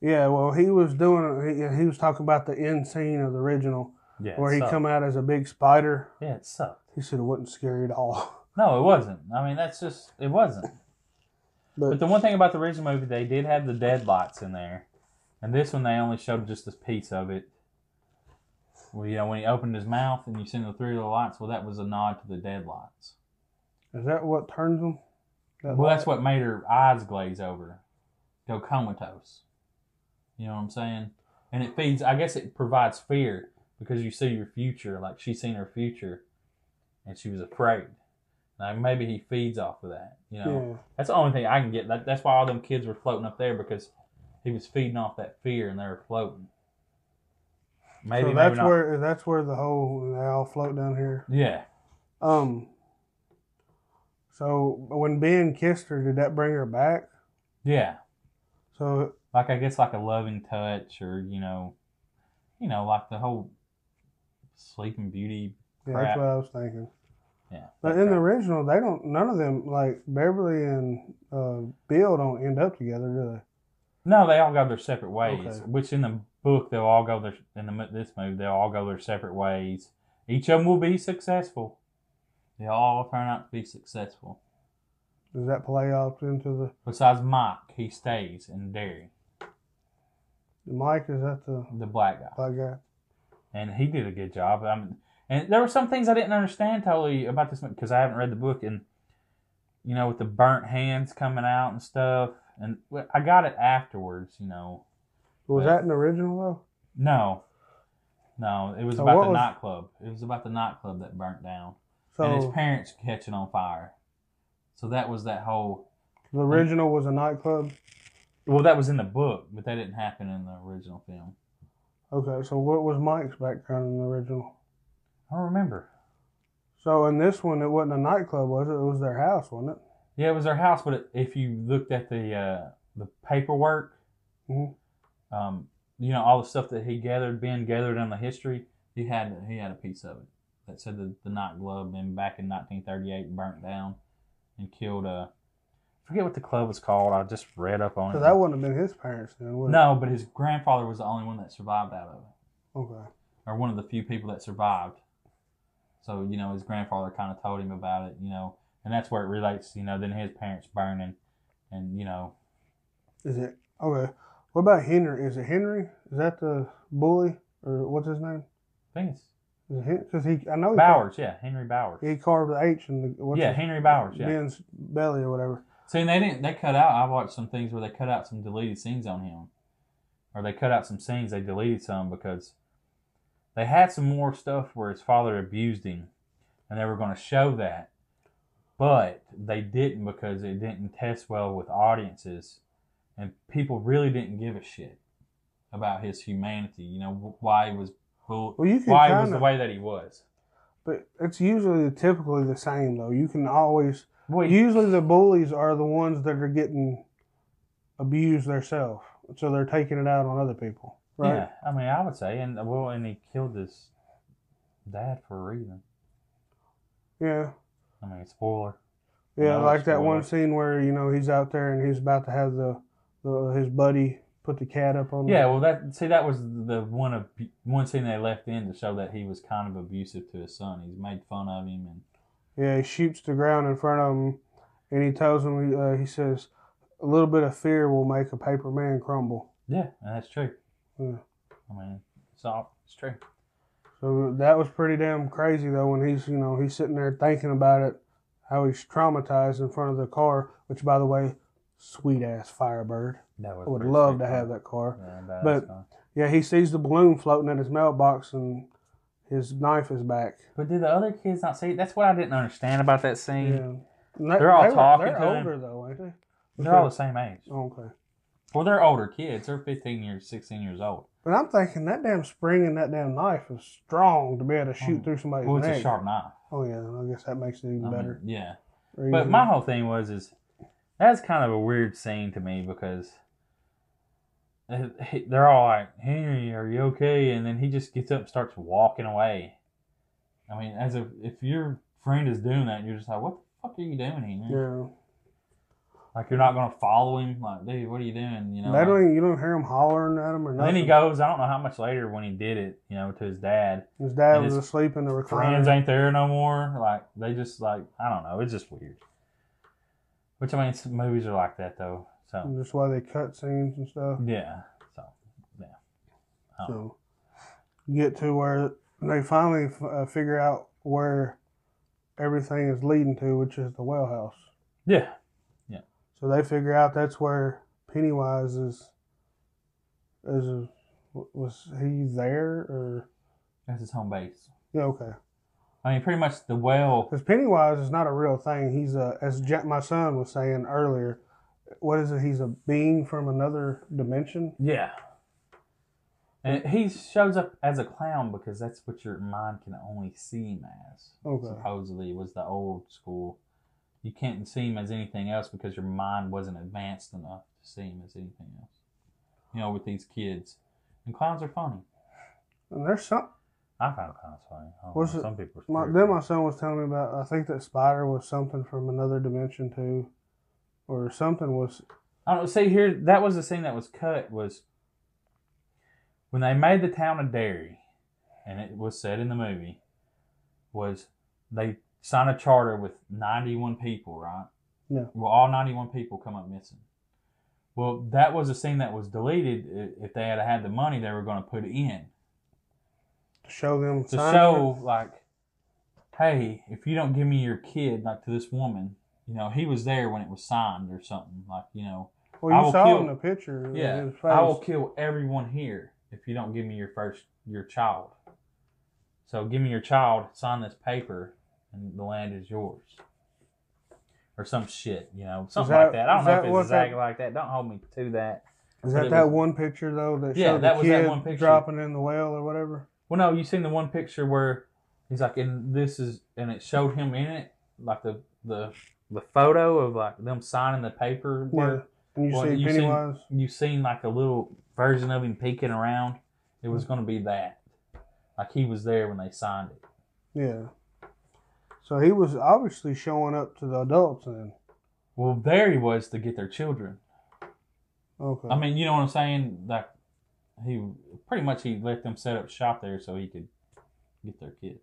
[SPEAKER 3] Yeah, well, he was doing. He, he was talking about the end scene of the original,
[SPEAKER 1] yeah it
[SPEAKER 3] where he
[SPEAKER 1] sucked.
[SPEAKER 3] come out as a big spider.
[SPEAKER 1] yeah it sucked
[SPEAKER 3] He said it wasn't scary at all.
[SPEAKER 1] no it wasn't i mean that's just it wasn't
[SPEAKER 3] But,
[SPEAKER 1] But the one thing about the original movie, they did have the deadlights in there, and this one they only showed just a piece of it. Well, you know, when he opened his mouth and you seen the three little lights, well, that was a nod to the deadlights.
[SPEAKER 3] is that what turns him? That
[SPEAKER 1] Well,
[SPEAKER 3] light?
[SPEAKER 1] that's what made her eyes glaze over, go comatose. You know what I'm saying? And it feeds. I guess it provides fear because you see your future. Like she seen her future, and she was afraid. Like maybe he feeds off of that. You know,
[SPEAKER 3] Yeah.
[SPEAKER 1] that's the only thing I can get. That, that's why all them kids were floating up there because he was feeding off that fear and they were floating. Maybe
[SPEAKER 3] so
[SPEAKER 1] maybe
[SPEAKER 3] that's
[SPEAKER 1] not.
[SPEAKER 3] where that's where the whole they all float down here.
[SPEAKER 1] yeah.
[SPEAKER 3] Um. So when Ben kissed her, did that bring her back?
[SPEAKER 1] Yeah.
[SPEAKER 3] So
[SPEAKER 1] like I guess like a loving touch or you know, you know like the whole Sleeping Beauty.
[SPEAKER 3] yeah,
[SPEAKER 1] Crap.
[SPEAKER 3] that's what I was thinking.
[SPEAKER 1] Yeah,
[SPEAKER 3] But in the original, they don't. None of them like Beverly and uh, Bill don't end up together, do they?
[SPEAKER 1] no, they all go their separate ways.
[SPEAKER 3] Okay.
[SPEAKER 1] Which in the book they'll all go their in the mo- this movie they'll all go their separate ways. Each of them will be successful. They all turn out to be successful.
[SPEAKER 3] Does that play off into
[SPEAKER 1] Besides Mike, he stays in Derry,
[SPEAKER 3] the Mike? Is that the
[SPEAKER 1] the black guy,
[SPEAKER 3] black guy?
[SPEAKER 1] and he did a good job. I mean, and there were some things I didn't understand totally about this because I haven't read the book, and you know, with the burnt hands coming out and stuff. And well, I got it afterwards, you know.
[SPEAKER 3] Was that in the original though?
[SPEAKER 1] No, no, it was
[SPEAKER 3] So
[SPEAKER 1] about
[SPEAKER 3] what
[SPEAKER 1] the
[SPEAKER 3] was-
[SPEAKER 1] nightclub. It was about the nightclub that burnt down, and his
[SPEAKER 3] So
[SPEAKER 1] parents catching on fire. So that was that whole.
[SPEAKER 3] the original was a nightclub.
[SPEAKER 1] Well, that was in the book, but that didn't happen in the original film.
[SPEAKER 3] Okay, so what was Mike's background in the original?
[SPEAKER 1] I don't remember.
[SPEAKER 3] So in this one, it wasn't a nightclub, was it? It was their house, wasn't it?
[SPEAKER 1] Yeah, it was their house, but if you looked at the uh, the paperwork,
[SPEAKER 3] Mhm.
[SPEAKER 1] um, you know all the stuff that he gathered, Ben gathered in the history, he had he had a piece of it that said that the nightclub in back in 1938 burnt down and killed. Uh, I forget what the club was called. I just read up on
[SPEAKER 3] So
[SPEAKER 1] it.
[SPEAKER 3] that wouldn't have been his parents then, would
[SPEAKER 1] no, but his grandfather was the only one that survived out of it,
[SPEAKER 3] it? Okay.
[SPEAKER 1] or one of the few people that survived. So you know his grandfather kind of told him about it, you know, and that's where it relates. You know, then his parents burning, and you know.
[SPEAKER 3] Is it okay? What about Henry? Is it Henry? Is that the bully or what's his name?
[SPEAKER 1] I think it's
[SPEAKER 3] Is it because he? I know he
[SPEAKER 1] Bowers, Oh, yeah, Henry Bowers.
[SPEAKER 3] He carved the H in the what's
[SPEAKER 1] yeah,
[SPEAKER 3] his-
[SPEAKER 1] Henry Bowers, yeah.
[SPEAKER 3] Ben's belly or whatever.
[SPEAKER 1] See, and they didn't. They cut out. I watched some things where they cut out some deleted scenes on him, or they cut out some scenes. They deleted some because they had some more stuff where his father abused him, and they were going to show that, but they didn't because it didn't test well with audiences, and people really didn't give a shit about his humanity. You know wh- why he was bull-
[SPEAKER 3] Well, you can
[SPEAKER 1] why he was
[SPEAKER 3] kinda-
[SPEAKER 1] the way that he was.
[SPEAKER 3] But it's usually typically the same though. You can always
[SPEAKER 1] Well,
[SPEAKER 3] usually the bullies are the ones that are getting abused themselves, so they're taking it out on other people, right?
[SPEAKER 1] Yeah, I mean, I would say, and well, and he killed his dad for a reason.
[SPEAKER 3] Yeah.
[SPEAKER 1] I mean, spoiler.
[SPEAKER 3] Yeah,
[SPEAKER 1] No,
[SPEAKER 3] like
[SPEAKER 1] it's
[SPEAKER 3] that
[SPEAKER 1] going
[SPEAKER 3] one
[SPEAKER 1] up.
[SPEAKER 3] scene where you know he's out there and he's about to have the, the his buddy put the cat up on.
[SPEAKER 1] Yeah, well, that see, that was the one of one scene they left in to show that he was kind of abusive to his son. He's made fun of him, and
[SPEAKER 3] him. yeah. He shoots the ground in front of him, and he tells him uh, he says, "A little bit of fear will make a paper man crumble."
[SPEAKER 1] yeah, and that's true.
[SPEAKER 3] Yeah.
[SPEAKER 1] I mean, it's all it's true.
[SPEAKER 3] So that was pretty damn crazy though when he's you know he's sitting there thinking about it, how he's traumatized in front of the car. Which by the way, sweet ass Firebird.
[SPEAKER 1] That was
[SPEAKER 3] I would
[SPEAKER 1] pretty
[SPEAKER 3] love
[SPEAKER 1] sick,
[SPEAKER 3] to have
[SPEAKER 1] though.
[SPEAKER 3] that car.
[SPEAKER 1] Yeah, that
[SPEAKER 3] but-
[SPEAKER 1] was fun.
[SPEAKER 3] Yeah, he sees the balloon floating at his mailbox and his knife is back.
[SPEAKER 1] but did the other kids not see? it? That's what I didn't understand about that scene.
[SPEAKER 3] Yeah. And they-
[SPEAKER 1] They're all
[SPEAKER 3] they were-
[SPEAKER 1] talking
[SPEAKER 3] They're
[SPEAKER 1] to him.
[SPEAKER 3] older though, ain't they?
[SPEAKER 1] They're all the same age.
[SPEAKER 3] Okay.
[SPEAKER 1] Well, they're older kids. They're fifteen years, sixteen years old.
[SPEAKER 3] But I'm thinking that damn spring and that damn knife is strong to be able to shoot
[SPEAKER 1] Mm.
[SPEAKER 3] through somebody's
[SPEAKER 1] Well, it's
[SPEAKER 3] neck.
[SPEAKER 1] a sharp knife.
[SPEAKER 3] Oh yeah, I guess that makes it
[SPEAKER 1] I
[SPEAKER 3] even
[SPEAKER 1] mean,
[SPEAKER 3] better.
[SPEAKER 1] yeah.
[SPEAKER 3] Or
[SPEAKER 1] But
[SPEAKER 3] even-
[SPEAKER 1] my whole thing was is that's kind of a weird scene to me because eh, he- they're all like, "Henry, are you okay?" And then he just gets up and starts walking away. I mean, as if if your friend is doing that, you're just like, "What the fuck are you doing, Henry?"
[SPEAKER 3] yeah,
[SPEAKER 1] Like you're not gonna follow him. Like, dude, what are you doing? You know.
[SPEAKER 3] they
[SPEAKER 1] like-
[SPEAKER 3] don't. Even, you don't hear him hollering at him or
[SPEAKER 1] and then
[SPEAKER 3] nothing.
[SPEAKER 1] he goes. I don't know how much later when he did it, you know, to his dad.
[SPEAKER 3] His dad
[SPEAKER 1] and
[SPEAKER 3] was
[SPEAKER 1] his
[SPEAKER 3] asleep in the recliner.
[SPEAKER 1] friends ain't there no more. Like they just like I don't know. It's just weird. Which I mean, some movies are like that though. So
[SPEAKER 3] and that's why they cut scenes and stuff.
[SPEAKER 1] yeah. So Oh.
[SPEAKER 3] So get to where they finally f- uh, figure out where everything is leading to, which is the well house.
[SPEAKER 1] yeah,
[SPEAKER 3] So they figure out that's where Pennywise is. Is was he there or
[SPEAKER 1] that's his home base.
[SPEAKER 3] yeah okay?
[SPEAKER 1] I mean, pretty much the well.
[SPEAKER 3] Because Pennywise is not a real thing. He's a, as Jack, my son was saying earlier, what is it? He's a being from another dimension.
[SPEAKER 1] Yeah. And he shows up as a clown because that's what your mind can only see him as.
[SPEAKER 3] Okay.
[SPEAKER 1] Supposedly, was the old school. You can't see him as anything else because your mind wasn't advanced enough to see him as anything else. You know, with these kids, and clowns are funny.
[SPEAKER 3] And there's some.
[SPEAKER 1] I find clowns funny. I don't
[SPEAKER 3] What's
[SPEAKER 1] know,
[SPEAKER 3] it-
[SPEAKER 1] some people.
[SPEAKER 3] My,
[SPEAKER 1] are
[SPEAKER 3] then my son was telling me about. I think that spider was something from another dimension too, or something was.
[SPEAKER 1] I don't see here. That was the scene that was cut was when they made the town of Derry, and it was said in the movie was they signed a charter with ninety one people, right?
[SPEAKER 3] Yeah.
[SPEAKER 1] Well, all ninety one people come up missing. Well, that was a scene that was deleted. I- If they had had the money, they were going to put in
[SPEAKER 3] To show them
[SPEAKER 1] to
[SPEAKER 3] signs.
[SPEAKER 1] show like, hey, if you don't give me your kid like to this woman, you know, he was there when it was signed or something like, you know.
[SPEAKER 3] Well,
[SPEAKER 1] I
[SPEAKER 3] you
[SPEAKER 1] will
[SPEAKER 3] saw
[SPEAKER 1] kill-
[SPEAKER 3] in the picture.
[SPEAKER 1] Yeah,
[SPEAKER 3] his face.
[SPEAKER 1] I will kill everyone here if you don't give me your first your child. So give me your child, sign this paper, and the land is yours, or some shit, you know, something like
[SPEAKER 3] that-
[SPEAKER 1] that. I don't
[SPEAKER 3] is
[SPEAKER 1] know
[SPEAKER 3] that
[SPEAKER 1] if it's
[SPEAKER 3] what that-
[SPEAKER 1] exactly like that. Don't hold me to that.
[SPEAKER 3] Is
[SPEAKER 1] but
[SPEAKER 3] that
[SPEAKER 1] it
[SPEAKER 3] that
[SPEAKER 1] was-
[SPEAKER 3] one picture though that
[SPEAKER 1] Yeah,
[SPEAKER 3] showed
[SPEAKER 1] that
[SPEAKER 3] the
[SPEAKER 1] was that
[SPEAKER 3] kid
[SPEAKER 1] one picture.
[SPEAKER 3] dropping in the well or whatever?
[SPEAKER 1] Well, no, you seen the one picture where he's like, and this is, and it showed him in it, like the the the photo of like them signing the paper.
[SPEAKER 3] Yeah. And you
[SPEAKER 1] Well,
[SPEAKER 3] see
[SPEAKER 1] you seen-
[SPEAKER 3] Pennywise.
[SPEAKER 1] you seen like a little version of him peeking around. It was going to be that. Like he was there when they signed it.
[SPEAKER 3] Yeah. So he was obviously showing up to the adults then.
[SPEAKER 1] Well, there he was to get their children.
[SPEAKER 3] Okay.
[SPEAKER 1] I mean, you know what I'm saying? Like he pretty much he let them set up shop there so he could get their kids.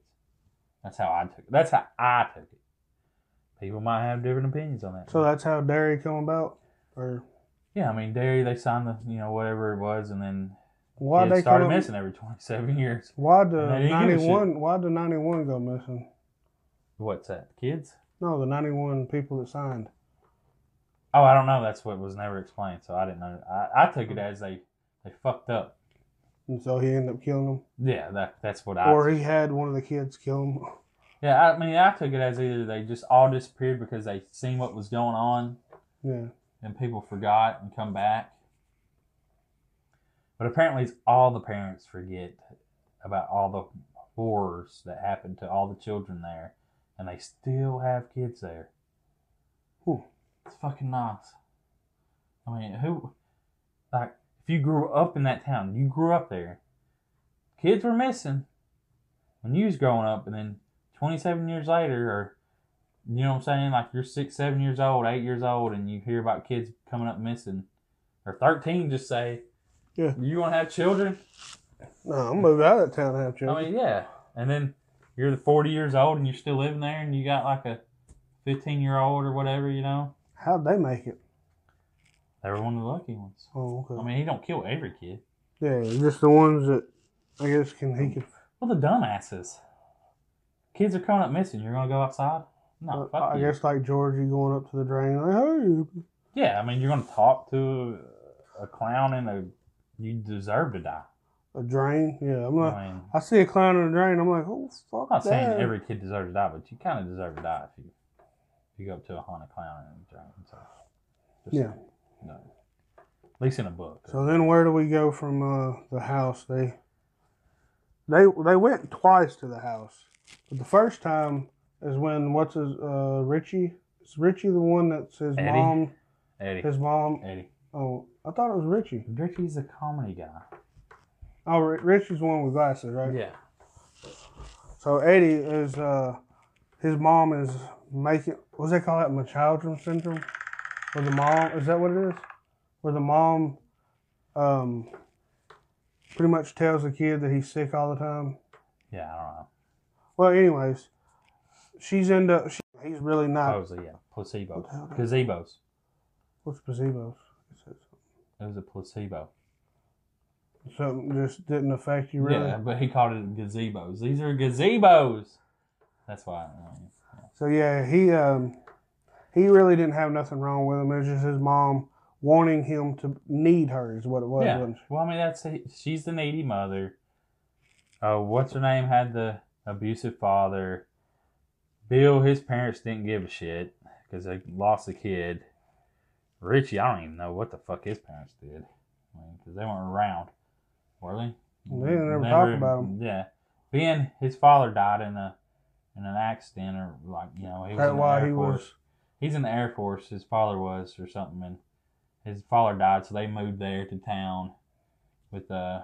[SPEAKER 1] That's how I took it. That's how I took it. People might have different opinions on that.
[SPEAKER 3] so that's how Derry come about, or
[SPEAKER 1] yeah, I mean, Derry they signed the you know whatever it was, and then
[SPEAKER 3] why
[SPEAKER 1] kids
[SPEAKER 3] they
[SPEAKER 1] started
[SPEAKER 3] come?
[SPEAKER 1] missing every 27 years.
[SPEAKER 3] Why did
[SPEAKER 1] They didn't give a
[SPEAKER 3] ninety one? Why did ninety one go missing?
[SPEAKER 1] What's that? Kids?
[SPEAKER 3] No, the ninety one people that signed.
[SPEAKER 1] Oh, I don't know. That's what was never explained, so I didn't know. I, I took it as they they fucked up.
[SPEAKER 3] And so he ended up killing them,
[SPEAKER 1] Yeah, that that's what I.
[SPEAKER 3] or he had one of the kids kill him.
[SPEAKER 1] yeah, I mean, I took it as either they just all disappeared because they seen what was going on
[SPEAKER 3] Yeah,
[SPEAKER 1] and people forgot and come back. But apparently, it's all the parents forget about all the horrors that happened to all the children there, and they still have kids there.
[SPEAKER 3] Hmm.
[SPEAKER 1] It's fucking nice. I mean, who, like, if you grew up in that town, you grew up there, kids were missing when you was growing up, and then 27 years later, or you know what I'm saying? Like you're six, seven years old, eight years old, and you hear about kids coming up missing, or thirteen, just say,
[SPEAKER 3] Yeah.
[SPEAKER 1] you want to have children?"
[SPEAKER 3] no, I'm moved out of town to have children.
[SPEAKER 1] I mean, yeah. And then you're the forty years old, and you're still living there, and you got like a fifteen year old or whatever, you know.
[SPEAKER 3] How'd they make it?
[SPEAKER 1] They were one of the lucky ones.
[SPEAKER 3] Oh, okay.
[SPEAKER 1] I mean, he don't kill every kid.
[SPEAKER 3] yeah, just the ones that I guess can he could.
[SPEAKER 1] Well, the dumbasses. Kids are coming up missing. You're gonna go outside? No, fuck
[SPEAKER 3] I
[SPEAKER 1] you.
[SPEAKER 3] guess like Georgie going up to the drain, like, hey,
[SPEAKER 1] Yeah, I mean, you're gonna talk to a clown and a. You deserve to die.
[SPEAKER 3] a drain. Yeah, I'm like,
[SPEAKER 1] I mean,
[SPEAKER 3] I see a clown in a drain. I'm like, oh fuck
[SPEAKER 1] I'm not saying
[SPEAKER 3] that.
[SPEAKER 1] every kid deserves to die, but you kind of deserve to die if you if you go up to a haunted clown and drink. So just
[SPEAKER 3] Yeah.
[SPEAKER 1] saying. no. At least in a book.
[SPEAKER 3] So then, where do we go from uh, the house? They they they went twice to the house, but the first time is when what's his uh, Richie? Is Richie the one that's his
[SPEAKER 1] Eddie?
[SPEAKER 3] mom?
[SPEAKER 1] Eddie,
[SPEAKER 3] His mom?
[SPEAKER 1] Eddie,
[SPEAKER 3] Oh, I thought it was Richie.
[SPEAKER 1] Ricky's a comedy guy.
[SPEAKER 3] Oh, Ri- Richie's the one with glasses, right?
[SPEAKER 1] Yeah,
[SPEAKER 3] So Eddie is uh, his mom is making. What's they call that? Machildrum syndrome. Where the mom is that what it is? Where the mom, um, pretty much tells the kid that he's sick all the time.
[SPEAKER 1] yeah, I don't know.
[SPEAKER 3] Well, anyways, she's end up. She, he's really not.
[SPEAKER 1] Supposedly, yeah, placebos,
[SPEAKER 3] Uh, What the hell?
[SPEAKER 1] gazebos.
[SPEAKER 3] What's placebos? It says
[SPEAKER 1] It was a placebo.
[SPEAKER 3] Something just didn't affect you really.
[SPEAKER 1] Yeah, but he called it gazebos. These are gazebos. That's why. I don't know.
[SPEAKER 3] So yeah, he um, he really didn't have nothing wrong with him. It was just his mom wanting him to need her is what it was.
[SPEAKER 1] yeah.
[SPEAKER 3] Wasn't
[SPEAKER 1] Well, I mean, that's Oh, she's the needy mother. Uh, what's her name had the abusive father. Bill, his parents didn't give a shit because they lost a kid. Richie, I don't even know what the fuck his parents did. I mean, because they weren't around, were they?
[SPEAKER 3] They didn't ever talk about him.
[SPEAKER 1] Yeah. Ben, his father died in a in an accident or like you know he was
[SPEAKER 3] That's
[SPEAKER 1] in the
[SPEAKER 3] why
[SPEAKER 1] Air
[SPEAKER 3] he
[SPEAKER 1] Force.
[SPEAKER 3] was.
[SPEAKER 1] He's in the Air Force. His father was or something, and his father died, so they moved there to town with uh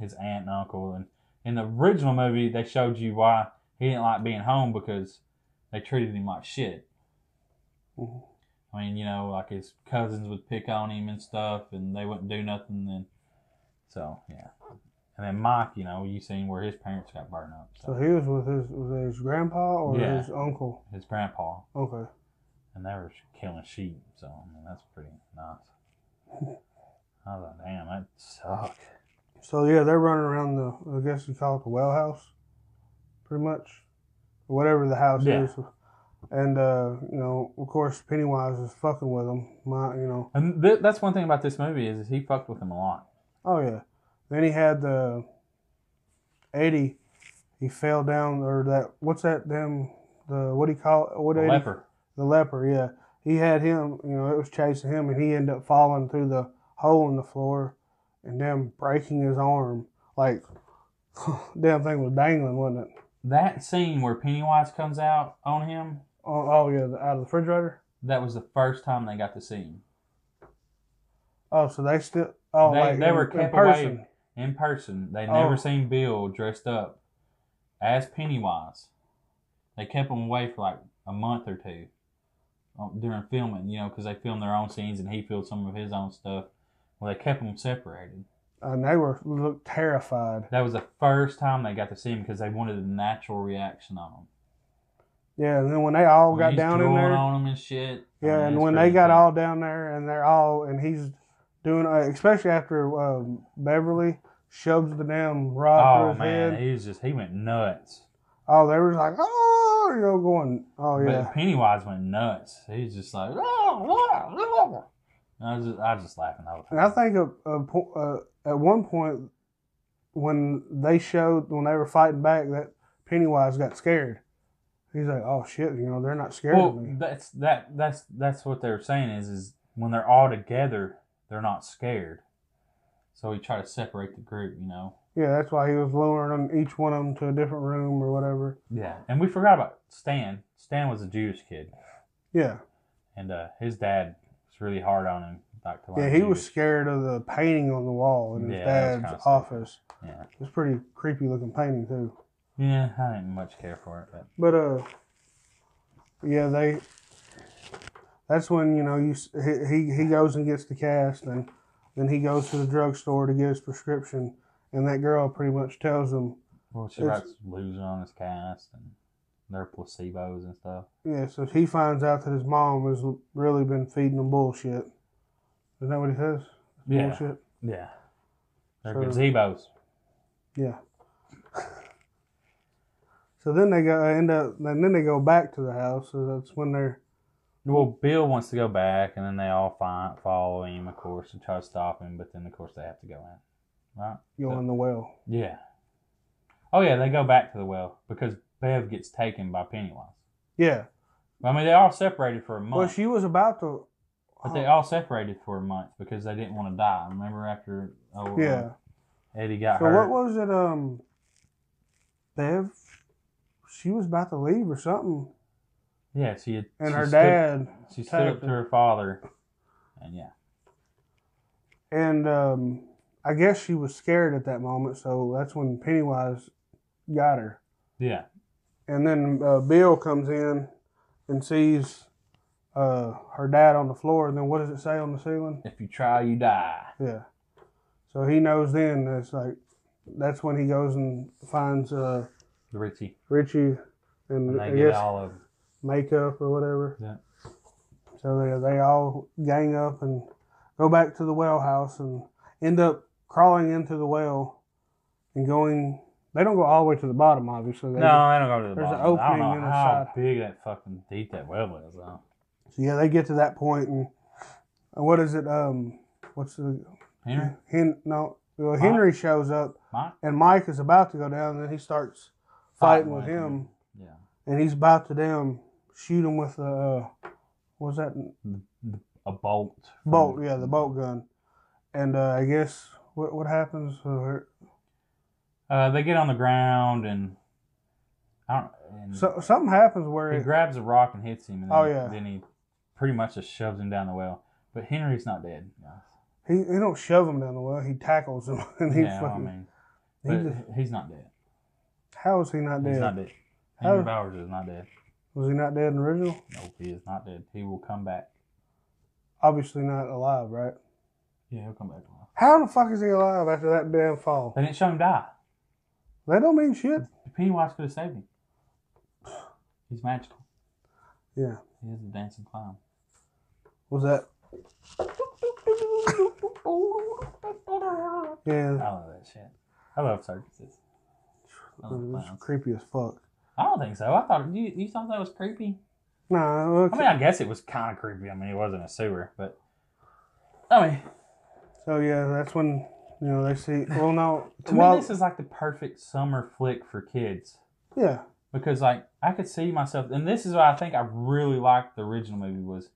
[SPEAKER 1] his aunt and uncle. And in the original movie, they showed you why he didn't like being home because they treated him like shit.
[SPEAKER 3] Mhm.
[SPEAKER 1] I mean, you know, like his cousins would pick on him and stuff, and they wouldn't do nothing. Then, so yeah. And then Mike, you know, you seen where his parents got burned up. So,
[SPEAKER 3] So he was with his was it his grandpa or
[SPEAKER 1] Yeah.
[SPEAKER 3] his uncle.
[SPEAKER 1] his grandpa,
[SPEAKER 3] Okay.
[SPEAKER 1] and they were killing sheep. So I mean, that's pretty nice. I was like, damn, that suck.
[SPEAKER 3] So yeah, they're running around the I guess you call it the well house, pretty much, or whatever the house
[SPEAKER 1] Yeah.
[SPEAKER 3] is. And uh, you know, of course, Pennywise is fucking with them. My, you know,
[SPEAKER 1] And th- that's one thing about this movie is, is he fucked with him a lot.
[SPEAKER 3] oh yeah. Then he had the eighty. He fell down, or that what's that? Them the what do you call it? What
[SPEAKER 1] The
[SPEAKER 3] 80?
[SPEAKER 1] leper.
[SPEAKER 3] The leper, yeah. He had him, you know, it was chasing him, and he ended up falling through the hole in the floor and damn breaking his arm. Like, damn thing was dangling, wasn't it?
[SPEAKER 1] That scene where Pennywise comes out on him,
[SPEAKER 3] Oh, oh yeah, the, out of the refrigerator.
[SPEAKER 1] that was the first time they got to see him.
[SPEAKER 3] Oh, so they still, oh,
[SPEAKER 1] they,
[SPEAKER 3] like
[SPEAKER 1] they
[SPEAKER 3] in-
[SPEAKER 1] were
[SPEAKER 3] in
[SPEAKER 1] kept
[SPEAKER 3] person.
[SPEAKER 1] away in person. They
[SPEAKER 3] Oh.
[SPEAKER 1] never seen Bill dressed up as Pennywise. They kept him away for like a month or two um, during filming, you know, because they filmed their own scenes and he filmed some of his own stuff. Well, they kept them separated.
[SPEAKER 3] Uh, And they were looked terrified.
[SPEAKER 1] That was the first time they got to see him because they wanted a natural reaction on him.
[SPEAKER 3] Yeah, and then when they all
[SPEAKER 1] When
[SPEAKER 3] got
[SPEAKER 1] he's
[SPEAKER 3] down in
[SPEAKER 1] drooling
[SPEAKER 3] there,
[SPEAKER 1] on him and shit. I
[SPEAKER 3] yeah,
[SPEAKER 1] mean,
[SPEAKER 3] and
[SPEAKER 1] it's
[SPEAKER 3] when they
[SPEAKER 1] crazy.
[SPEAKER 3] got all down there and they're all, and he's doing, uh, especially after um, Beverly shoves the damn rod through
[SPEAKER 1] oh
[SPEAKER 3] his
[SPEAKER 1] man,
[SPEAKER 3] head.
[SPEAKER 1] he was just he went nuts.
[SPEAKER 3] Oh, they was like, oh, you know, going, oh yeah,
[SPEAKER 1] But Pennywise went nuts. He was just like, "Oh, And I was just, I was just laughing. all the
[SPEAKER 3] and I
[SPEAKER 1] time.
[SPEAKER 3] think a, a, po- uh, at one point when they showed when they were fighting back that Pennywise got scared. He's like, oh shit, you know, they're not scared of
[SPEAKER 1] well,
[SPEAKER 3] me.
[SPEAKER 1] that's that that's that's what they were saying is is when they're all together, they're not scared. So we try to separate the group, you know.
[SPEAKER 3] Yeah, that's why he was luring them, each one of them to a different room or whatever.
[SPEAKER 1] Yeah, and we forgot about Stan. Stan was a Jewish kid,
[SPEAKER 3] Yeah,
[SPEAKER 1] and uh, his dad was really hard on him. Like, to learn
[SPEAKER 3] yeah, he was
[SPEAKER 1] Jewish.
[SPEAKER 3] scared of the painting on the wall in his
[SPEAKER 1] Yeah, that was kinda
[SPEAKER 3] dad's
[SPEAKER 1] stupid.
[SPEAKER 3] office.
[SPEAKER 1] Yeah,
[SPEAKER 3] It was pretty creepy looking painting too.
[SPEAKER 1] yeah, I didn't much care for it, but
[SPEAKER 3] But uh, yeah, they. That's when you know you s- he- he he goes and gets the cast, and then he goes to the drugstore to get his prescription, and that girl pretty much tells him,
[SPEAKER 1] well, she
[SPEAKER 3] It's-
[SPEAKER 1] writes loser on his cast and their placebos and stuff.
[SPEAKER 3] yeah. So he finds out that his mom has really been feeding him bullshit. Isn't that what he says?
[SPEAKER 1] Yeah.
[SPEAKER 3] Bullshit.
[SPEAKER 1] Yeah. They're
[SPEAKER 3] So-
[SPEAKER 1] gazebos.
[SPEAKER 3] Yeah. So then they go end up, and then they go back to the house. So that's when they're
[SPEAKER 1] Well, Bill wants to go back, and then they all find, follow him, of course, and try to stop him, but then, of course, they have to go in. Right?
[SPEAKER 3] going in the well.
[SPEAKER 1] Yeah. Oh, yeah, they go back to the well because Bev gets taken by Pennywise.
[SPEAKER 3] Yeah.
[SPEAKER 1] I mean, they all separated for a month.
[SPEAKER 3] Well, she was about to.
[SPEAKER 1] but they
[SPEAKER 3] Oh.
[SPEAKER 1] all separated for a month because they didn't want to die. Remember after oh,
[SPEAKER 3] Yeah.
[SPEAKER 1] Eddie got
[SPEAKER 3] So
[SPEAKER 1] hurt?
[SPEAKER 3] what was it? Um, Bev, she was about to leave or something,
[SPEAKER 1] yeah, she had.
[SPEAKER 3] and
[SPEAKER 1] she
[SPEAKER 3] her
[SPEAKER 1] stood-
[SPEAKER 3] dad.
[SPEAKER 1] She stood up
[SPEAKER 3] attacked
[SPEAKER 1] to
[SPEAKER 3] her.
[SPEAKER 1] her father, and yeah.
[SPEAKER 3] And um, I guess she was scared at that moment, so that's when Pennywise got her.
[SPEAKER 1] Yeah.
[SPEAKER 3] And then uh, Bill comes in and sees uh, her dad on the floor, and then what does it say on the ceiling?
[SPEAKER 1] If you try, you die.
[SPEAKER 3] Yeah. So he knows then that's like that's when he goes and finds uh,
[SPEAKER 1] Richie.
[SPEAKER 3] Richie and
[SPEAKER 1] And
[SPEAKER 3] I
[SPEAKER 1] they get
[SPEAKER 3] guess
[SPEAKER 1] all of them.
[SPEAKER 3] makeup or whatever.
[SPEAKER 1] Yeah.
[SPEAKER 3] So they, they all gang up and go back to the well house and end up crawling into the well and going. They don't go all the way to the bottom, obviously. They
[SPEAKER 1] No, I don't go to the
[SPEAKER 3] there's an
[SPEAKER 1] bottom. I don't
[SPEAKER 3] opening
[SPEAKER 1] know
[SPEAKER 3] in the
[SPEAKER 1] how
[SPEAKER 3] side.
[SPEAKER 1] big that fucking deep that well is. Though.
[SPEAKER 3] So yeah, they get to that point and and what is it? Um, what's the
[SPEAKER 1] Henry,
[SPEAKER 3] Hen, no? Well, Henry shows up
[SPEAKER 1] Mike,
[SPEAKER 3] and Mike is about to go down, and then he starts fighting with him.
[SPEAKER 1] Yeah,
[SPEAKER 3] and he's about to damn shoot him with a uh, what's that
[SPEAKER 1] A bolt. from-
[SPEAKER 3] bolt? Yeah, the bolt gun. And uh, I guess what what happens? Uh,
[SPEAKER 1] Uh, they get on the ground and I don't. And
[SPEAKER 3] so, something happens where
[SPEAKER 1] Mm. he
[SPEAKER 3] it,
[SPEAKER 1] grabs a rock and hits him. And then,
[SPEAKER 3] Oh, yeah.
[SPEAKER 1] Then he pretty much just shoves him down the well. But Henry's not dead. guys.
[SPEAKER 3] he he don't shove him down the well. He tackles him, and he
[SPEAKER 1] yeah, I
[SPEAKER 3] fucking.
[SPEAKER 1] mean,
[SPEAKER 3] he
[SPEAKER 1] but
[SPEAKER 3] just-
[SPEAKER 1] he's not dead.
[SPEAKER 3] how is he not
[SPEAKER 1] He's
[SPEAKER 3] dead? Oh.
[SPEAKER 1] not dead. Henry
[SPEAKER 3] How-
[SPEAKER 1] Bowers is not dead.
[SPEAKER 3] Was he not dead in the original?
[SPEAKER 1] Nope, he is not dead. He will come back.
[SPEAKER 3] Obviously not alive, right?
[SPEAKER 1] Yeah, he'll come back alive.
[SPEAKER 3] How the fuck is he alive after that damn fall?
[SPEAKER 1] They didn't show him die.
[SPEAKER 3] That don't mean shit.
[SPEAKER 1] Pennywise could have saved him. He's magical.
[SPEAKER 3] Yeah.
[SPEAKER 1] He is a dancing clown.
[SPEAKER 3] Was that?
[SPEAKER 1] I
[SPEAKER 3] Yeah,
[SPEAKER 1] love that shit. I love circuses. I
[SPEAKER 3] it
[SPEAKER 1] love
[SPEAKER 3] was
[SPEAKER 1] clowns.
[SPEAKER 3] creepy as fuck.
[SPEAKER 1] I don't think so. I thought you, you thought that was creepy.
[SPEAKER 3] Nah,
[SPEAKER 1] I
[SPEAKER 3] okay.
[SPEAKER 1] mean, I guess it was kind of creepy. I mean, it wasn't a sewer, but I mean,
[SPEAKER 3] so yeah, that's when you know they see. Well, no,
[SPEAKER 1] to
[SPEAKER 3] well,
[SPEAKER 1] me, this is like the perfect summer flick for kids
[SPEAKER 3] yeah,
[SPEAKER 1] because, like, I could see myself, and this is what I think I really liked the original movie was,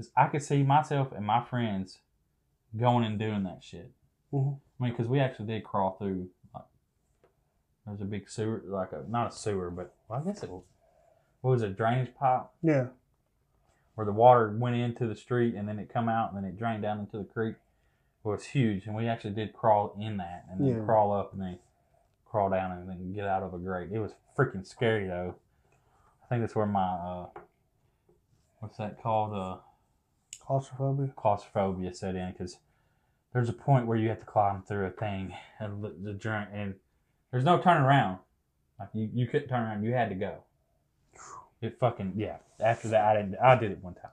[SPEAKER 1] is I could see myself and my friends going and doing that shit.
[SPEAKER 3] Mhm.
[SPEAKER 1] I mean, because we actually did crawl through. Like, there's a big sewer, like a not a sewer, but well, I guess it was. What was it? Drainage pipe.
[SPEAKER 3] yeah,
[SPEAKER 1] where the water went into the street and then it come out and then it drained down into the creek. Well, it's huge, and we actually did crawl in that and then
[SPEAKER 3] Yeah.
[SPEAKER 1] crawl up and then crawl down and then get out of a grate. It was freaking scary though. I think that's where my uh, what's that called uh,
[SPEAKER 3] claustrophobia.
[SPEAKER 1] claustrophobia set in because there's a point where you have to climb through a thing and the- the drain and there's no turn around. Like you, you couldn't turn around. You had to go. It fucking yeah. After that, I didn't. I did it one time.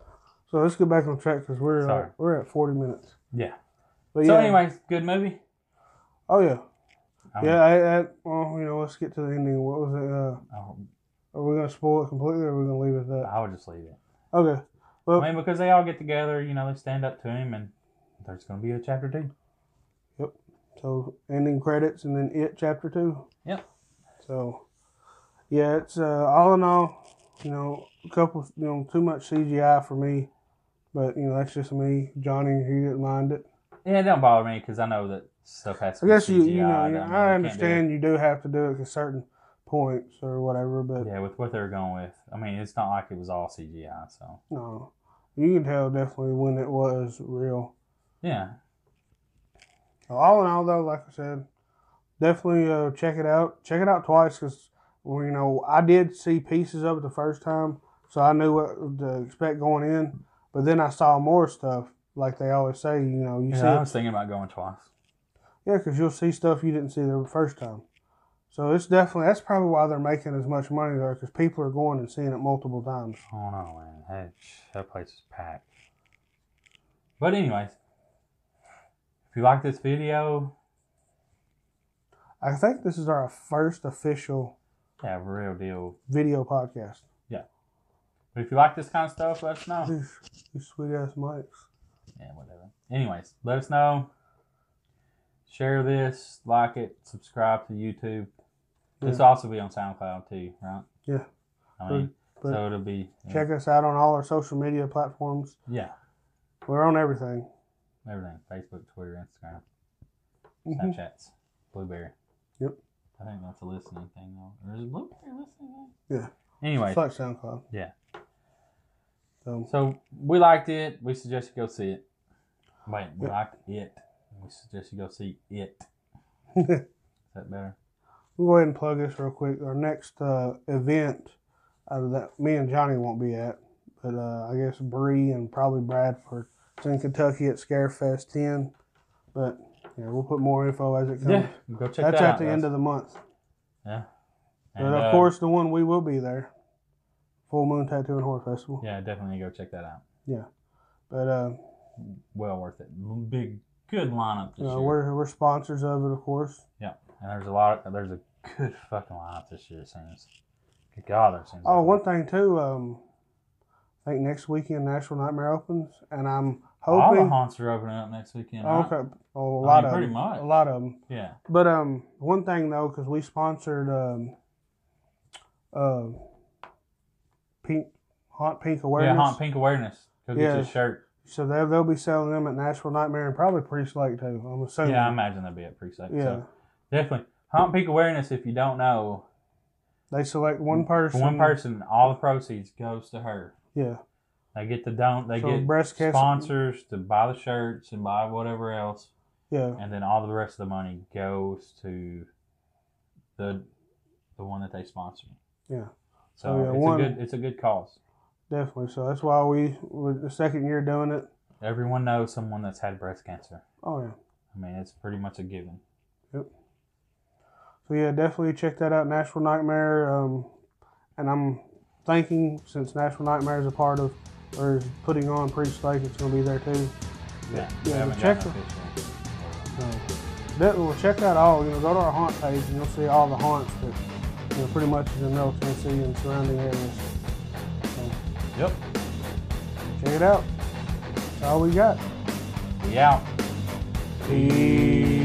[SPEAKER 3] So let's get back on track because we're
[SPEAKER 1] Sorry.
[SPEAKER 3] like, we're at forty minutes.
[SPEAKER 1] Yeah.
[SPEAKER 3] But
[SPEAKER 1] So,
[SPEAKER 3] yeah,
[SPEAKER 1] anyways, good movie.
[SPEAKER 3] oh yeah,
[SPEAKER 1] I
[SPEAKER 3] yeah. I, I, well, you know, let's get to the ending. What was it? Uh,
[SPEAKER 1] mean,
[SPEAKER 3] are we gonna spoil it completely, or are we gonna leave it at that?
[SPEAKER 1] I would just leave it.
[SPEAKER 3] Okay. Well,
[SPEAKER 1] I mean, because they all get together, you know, they stand up to him, and there's going to be a chapter two.
[SPEAKER 3] So ending credits and then it chapter two.
[SPEAKER 1] Yep.
[SPEAKER 3] So yeah, it's uh, all in all, you know, a couple, you know, too much CGI for me, but you know that's just me. Johnny, he didn't mind it.
[SPEAKER 1] Yeah, it don't bother me because I know that stuff has to
[SPEAKER 3] I
[SPEAKER 1] be
[SPEAKER 3] guess you, you know,
[SPEAKER 1] CGI'd.
[SPEAKER 3] you-
[SPEAKER 1] mean, you
[SPEAKER 3] I
[SPEAKER 1] can't do it.
[SPEAKER 3] understand you do have to do it at certain points or whatever, but
[SPEAKER 1] Yeah, with what they were going with. I mean, it's not like it was all CGI, so.
[SPEAKER 3] no, you can tell definitely when it was real.
[SPEAKER 1] Yeah.
[SPEAKER 3] All in all, though, like I said, definitely uh, check it out. Check it out twice because, well, you know, I did see pieces of it the first time, so I knew what to expect going in. But then I saw more stuff, like they always say, you know, you
[SPEAKER 1] yeah
[SPEAKER 3] see,
[SPEAKER 1] I was thinking about going twice.
[SPEAKER 3] yeah, because you'll see stuff you didn't see the first time. So it's definitely that's probably why they're making as much money there because people are going and seeing it multiple times.
[SPEAKER 1] Oh, no, man. That, that place is packed. But, anyways, if you like this video,
[SPEAKER 3] I think this is our first official
[SPEAKER 1] yeah, real deal.
[SPEAKER 3] video podcast.
[SPEAKER 1] But if you like this kind of stuff, let us know.
[SPEAKER 3] These sweet ass mics.
[SPEAKER 1] Yeah, whatever. Anyways, let us know. Share this, like it, subscribe to YouTube. This will also be on SoundCloud too, right?
[SPEAKER 3] Yeah.
[SPEAKER 1] I mean,
[SPEAKER 3] But-
[SPEAKER 1] so it'll be uh,
[SPEAKER 3] Check us out on all our social media platforms.
[SPEAKER 1] yeah,
[SPEAKER 3] We're on everything.
[SPEAKER 1] everything: Facebook, Twitter, Instagram,
[SPEAKER 3] Mhm.
[SPEAKER 1] Snapchats, Blueberry.
[SPEAKER 3] Yep.
[SPEAKER 1] I think that's a listening thing though, or is Blueberry a listening? Thing?
[SPEAKER 3] Yeah.
[SPEAKER 1] Anyway,
[SPEAKER 3] It's like SoundCloud.
[SPEAKER 1] Yeah.
[SPEAKER 3] So
[SPEAKER 1] so we liked it. We suggest you go see it. Wait, we
[SPEAKER 3] Yeah.
[SPEAKER 1] liked it. We suggest you go see it.
[SPEAKER 3] we'll go
[SPEAKER 1] Is that better?
[SPEAKER 3] ahead and plug this real quick. Our next uh, event uh, that me and Johnny won't be at, but uh, I guess Bree and probably Bradford. It's in Kentucky at Scarefest 10. But yeah, we'll put more info as it comes.
[SPEAKER 1] Yeah, go check
[SPEAKER 3] That's
[SPEAKER 1] that out.
[SPEAKER 3] at the end of the month.
[SPEAKER 1] Yeah.
[SPEAKER 3] But of
[SPEAKER 1] uh,
[SPEAKER 3] course, the one we will be there Full Moon Tattoo and Horror Festival.
[SPEAKER 1] Yeah, definitely go check that out.
[SPEAKER 3] But uh,
[SPEAKER 1] Well worth it. Big, good lineup this
[SPEAKER 3] you know,
[SPEAKER 1] year.
[SPEAKER 3] we're, we're sponsors of it, of course.
[SPEAKER 1] and there's a lot. Of, there's a good fucking lineup this year. It seems. Good God, there seems.
[SPEAKER 3] Oh,
[SPEAKER 1] like-
[SPEAKER 3] one thing too. Um, I think next weekend National Nightmare opens, and I'm
[SPEAKER 1] All the
[SPEAKER 3] hoping.
[SPEAKER 1] haunts are opening up next weekend.
[SPEAKER 3] Oh,
[SPEAKER 1] right?
[SPEAKER 3] okay, oh, a lot
[SPEAKER 1] mean,
[SPEAKER 3] of
[SPEAKER 1] pretty
[SPEAKER 3] them.
[SPEAKER 1] much.
[SPEAKER 3] a lot of them.
[SPEAKER 1] Yeah.
[SPEAKER 3] But um, one thing though, because we sponsored um, um, pink haunt pink
[SPEAKER 1] Yeah,
[SPEAKER 3] awareness.
[SPEAKER 1] haunt pink awareness. Go get
[SPEAKER 3] Yeah.
[SPEAKER 1] your shirt.
[SPEAKER 3] So they they'll be selling them at Nashville Nightmare and probably pre-slate too. I'm assuming.
[SPEAKER 1] Yeah, I imagine that'd be at precinct.
[SPEAKER 3] yeah.
[SPEAKER 1] So definitely haunt pink awareness. If you don't know,
[SPEAKER 3] They select one
[SPEAKER 1] for
[SPEAKER 3] person.
[SPEAKER 1] one person, all the proceeds goes to her.
[SPEAKER 3] Yeah.
[SPEAKER 1] They get to don't. They
[SPEAKER 3] So
[SPEAKER 1] get
[SPEAKER 3] breast cancer-
[SPEAKER 1] sponsors to buy the shirts and buy whatever else,
[SPEAKER 3] Yeah.
[SPEAKER 1] and then all the rest of the money goes to the the one that they sponsor.
[SPEAKER 3] Yeah.
[SPEAKER 1] So
[SPEAKER 3] Oh, yeah,
[SPEAKER 1] it's
[SPEAKER 3] one-
[SPEAKER 1] a good it's a good cause.
[SPEAKER 3] Definitely. So that's why we we're the second year doing it.
[SPEAKER 1] Everyone knows someone that's had breast cancer.
[SPEAKER 3] Oh yeah.
[SPEAKER 1] I mean, it's pretty much a given.
[SPEAKER 3] So yeah, definitely check that out, Nashville Nightmare. Um, and I'm thinking since Nashville Nightmare is a part of or is putting on Priest Lake, it's going to be there too.
[SPEAKER 1] Yeah,
[SPEAKER 3] yeah,
[SPEAKER 1] we haven't
[SPEAKER 3] check
[SPEAKER 1] gotten
[SPEAKER 3] them.
[SPEAKER 1] official.
[SPEAKER 3] So definitely well, check out all. You know, go to our haunt page and you'll see all the haunts that you know pretty much is in Middle Tennessee and surrounding areas. So
[SPEAKER 1] Yep,
[SPEAKER 3] check it out. That's all we got.
[SPEAKER 1] we out.
[SPEAKER 3] Peace.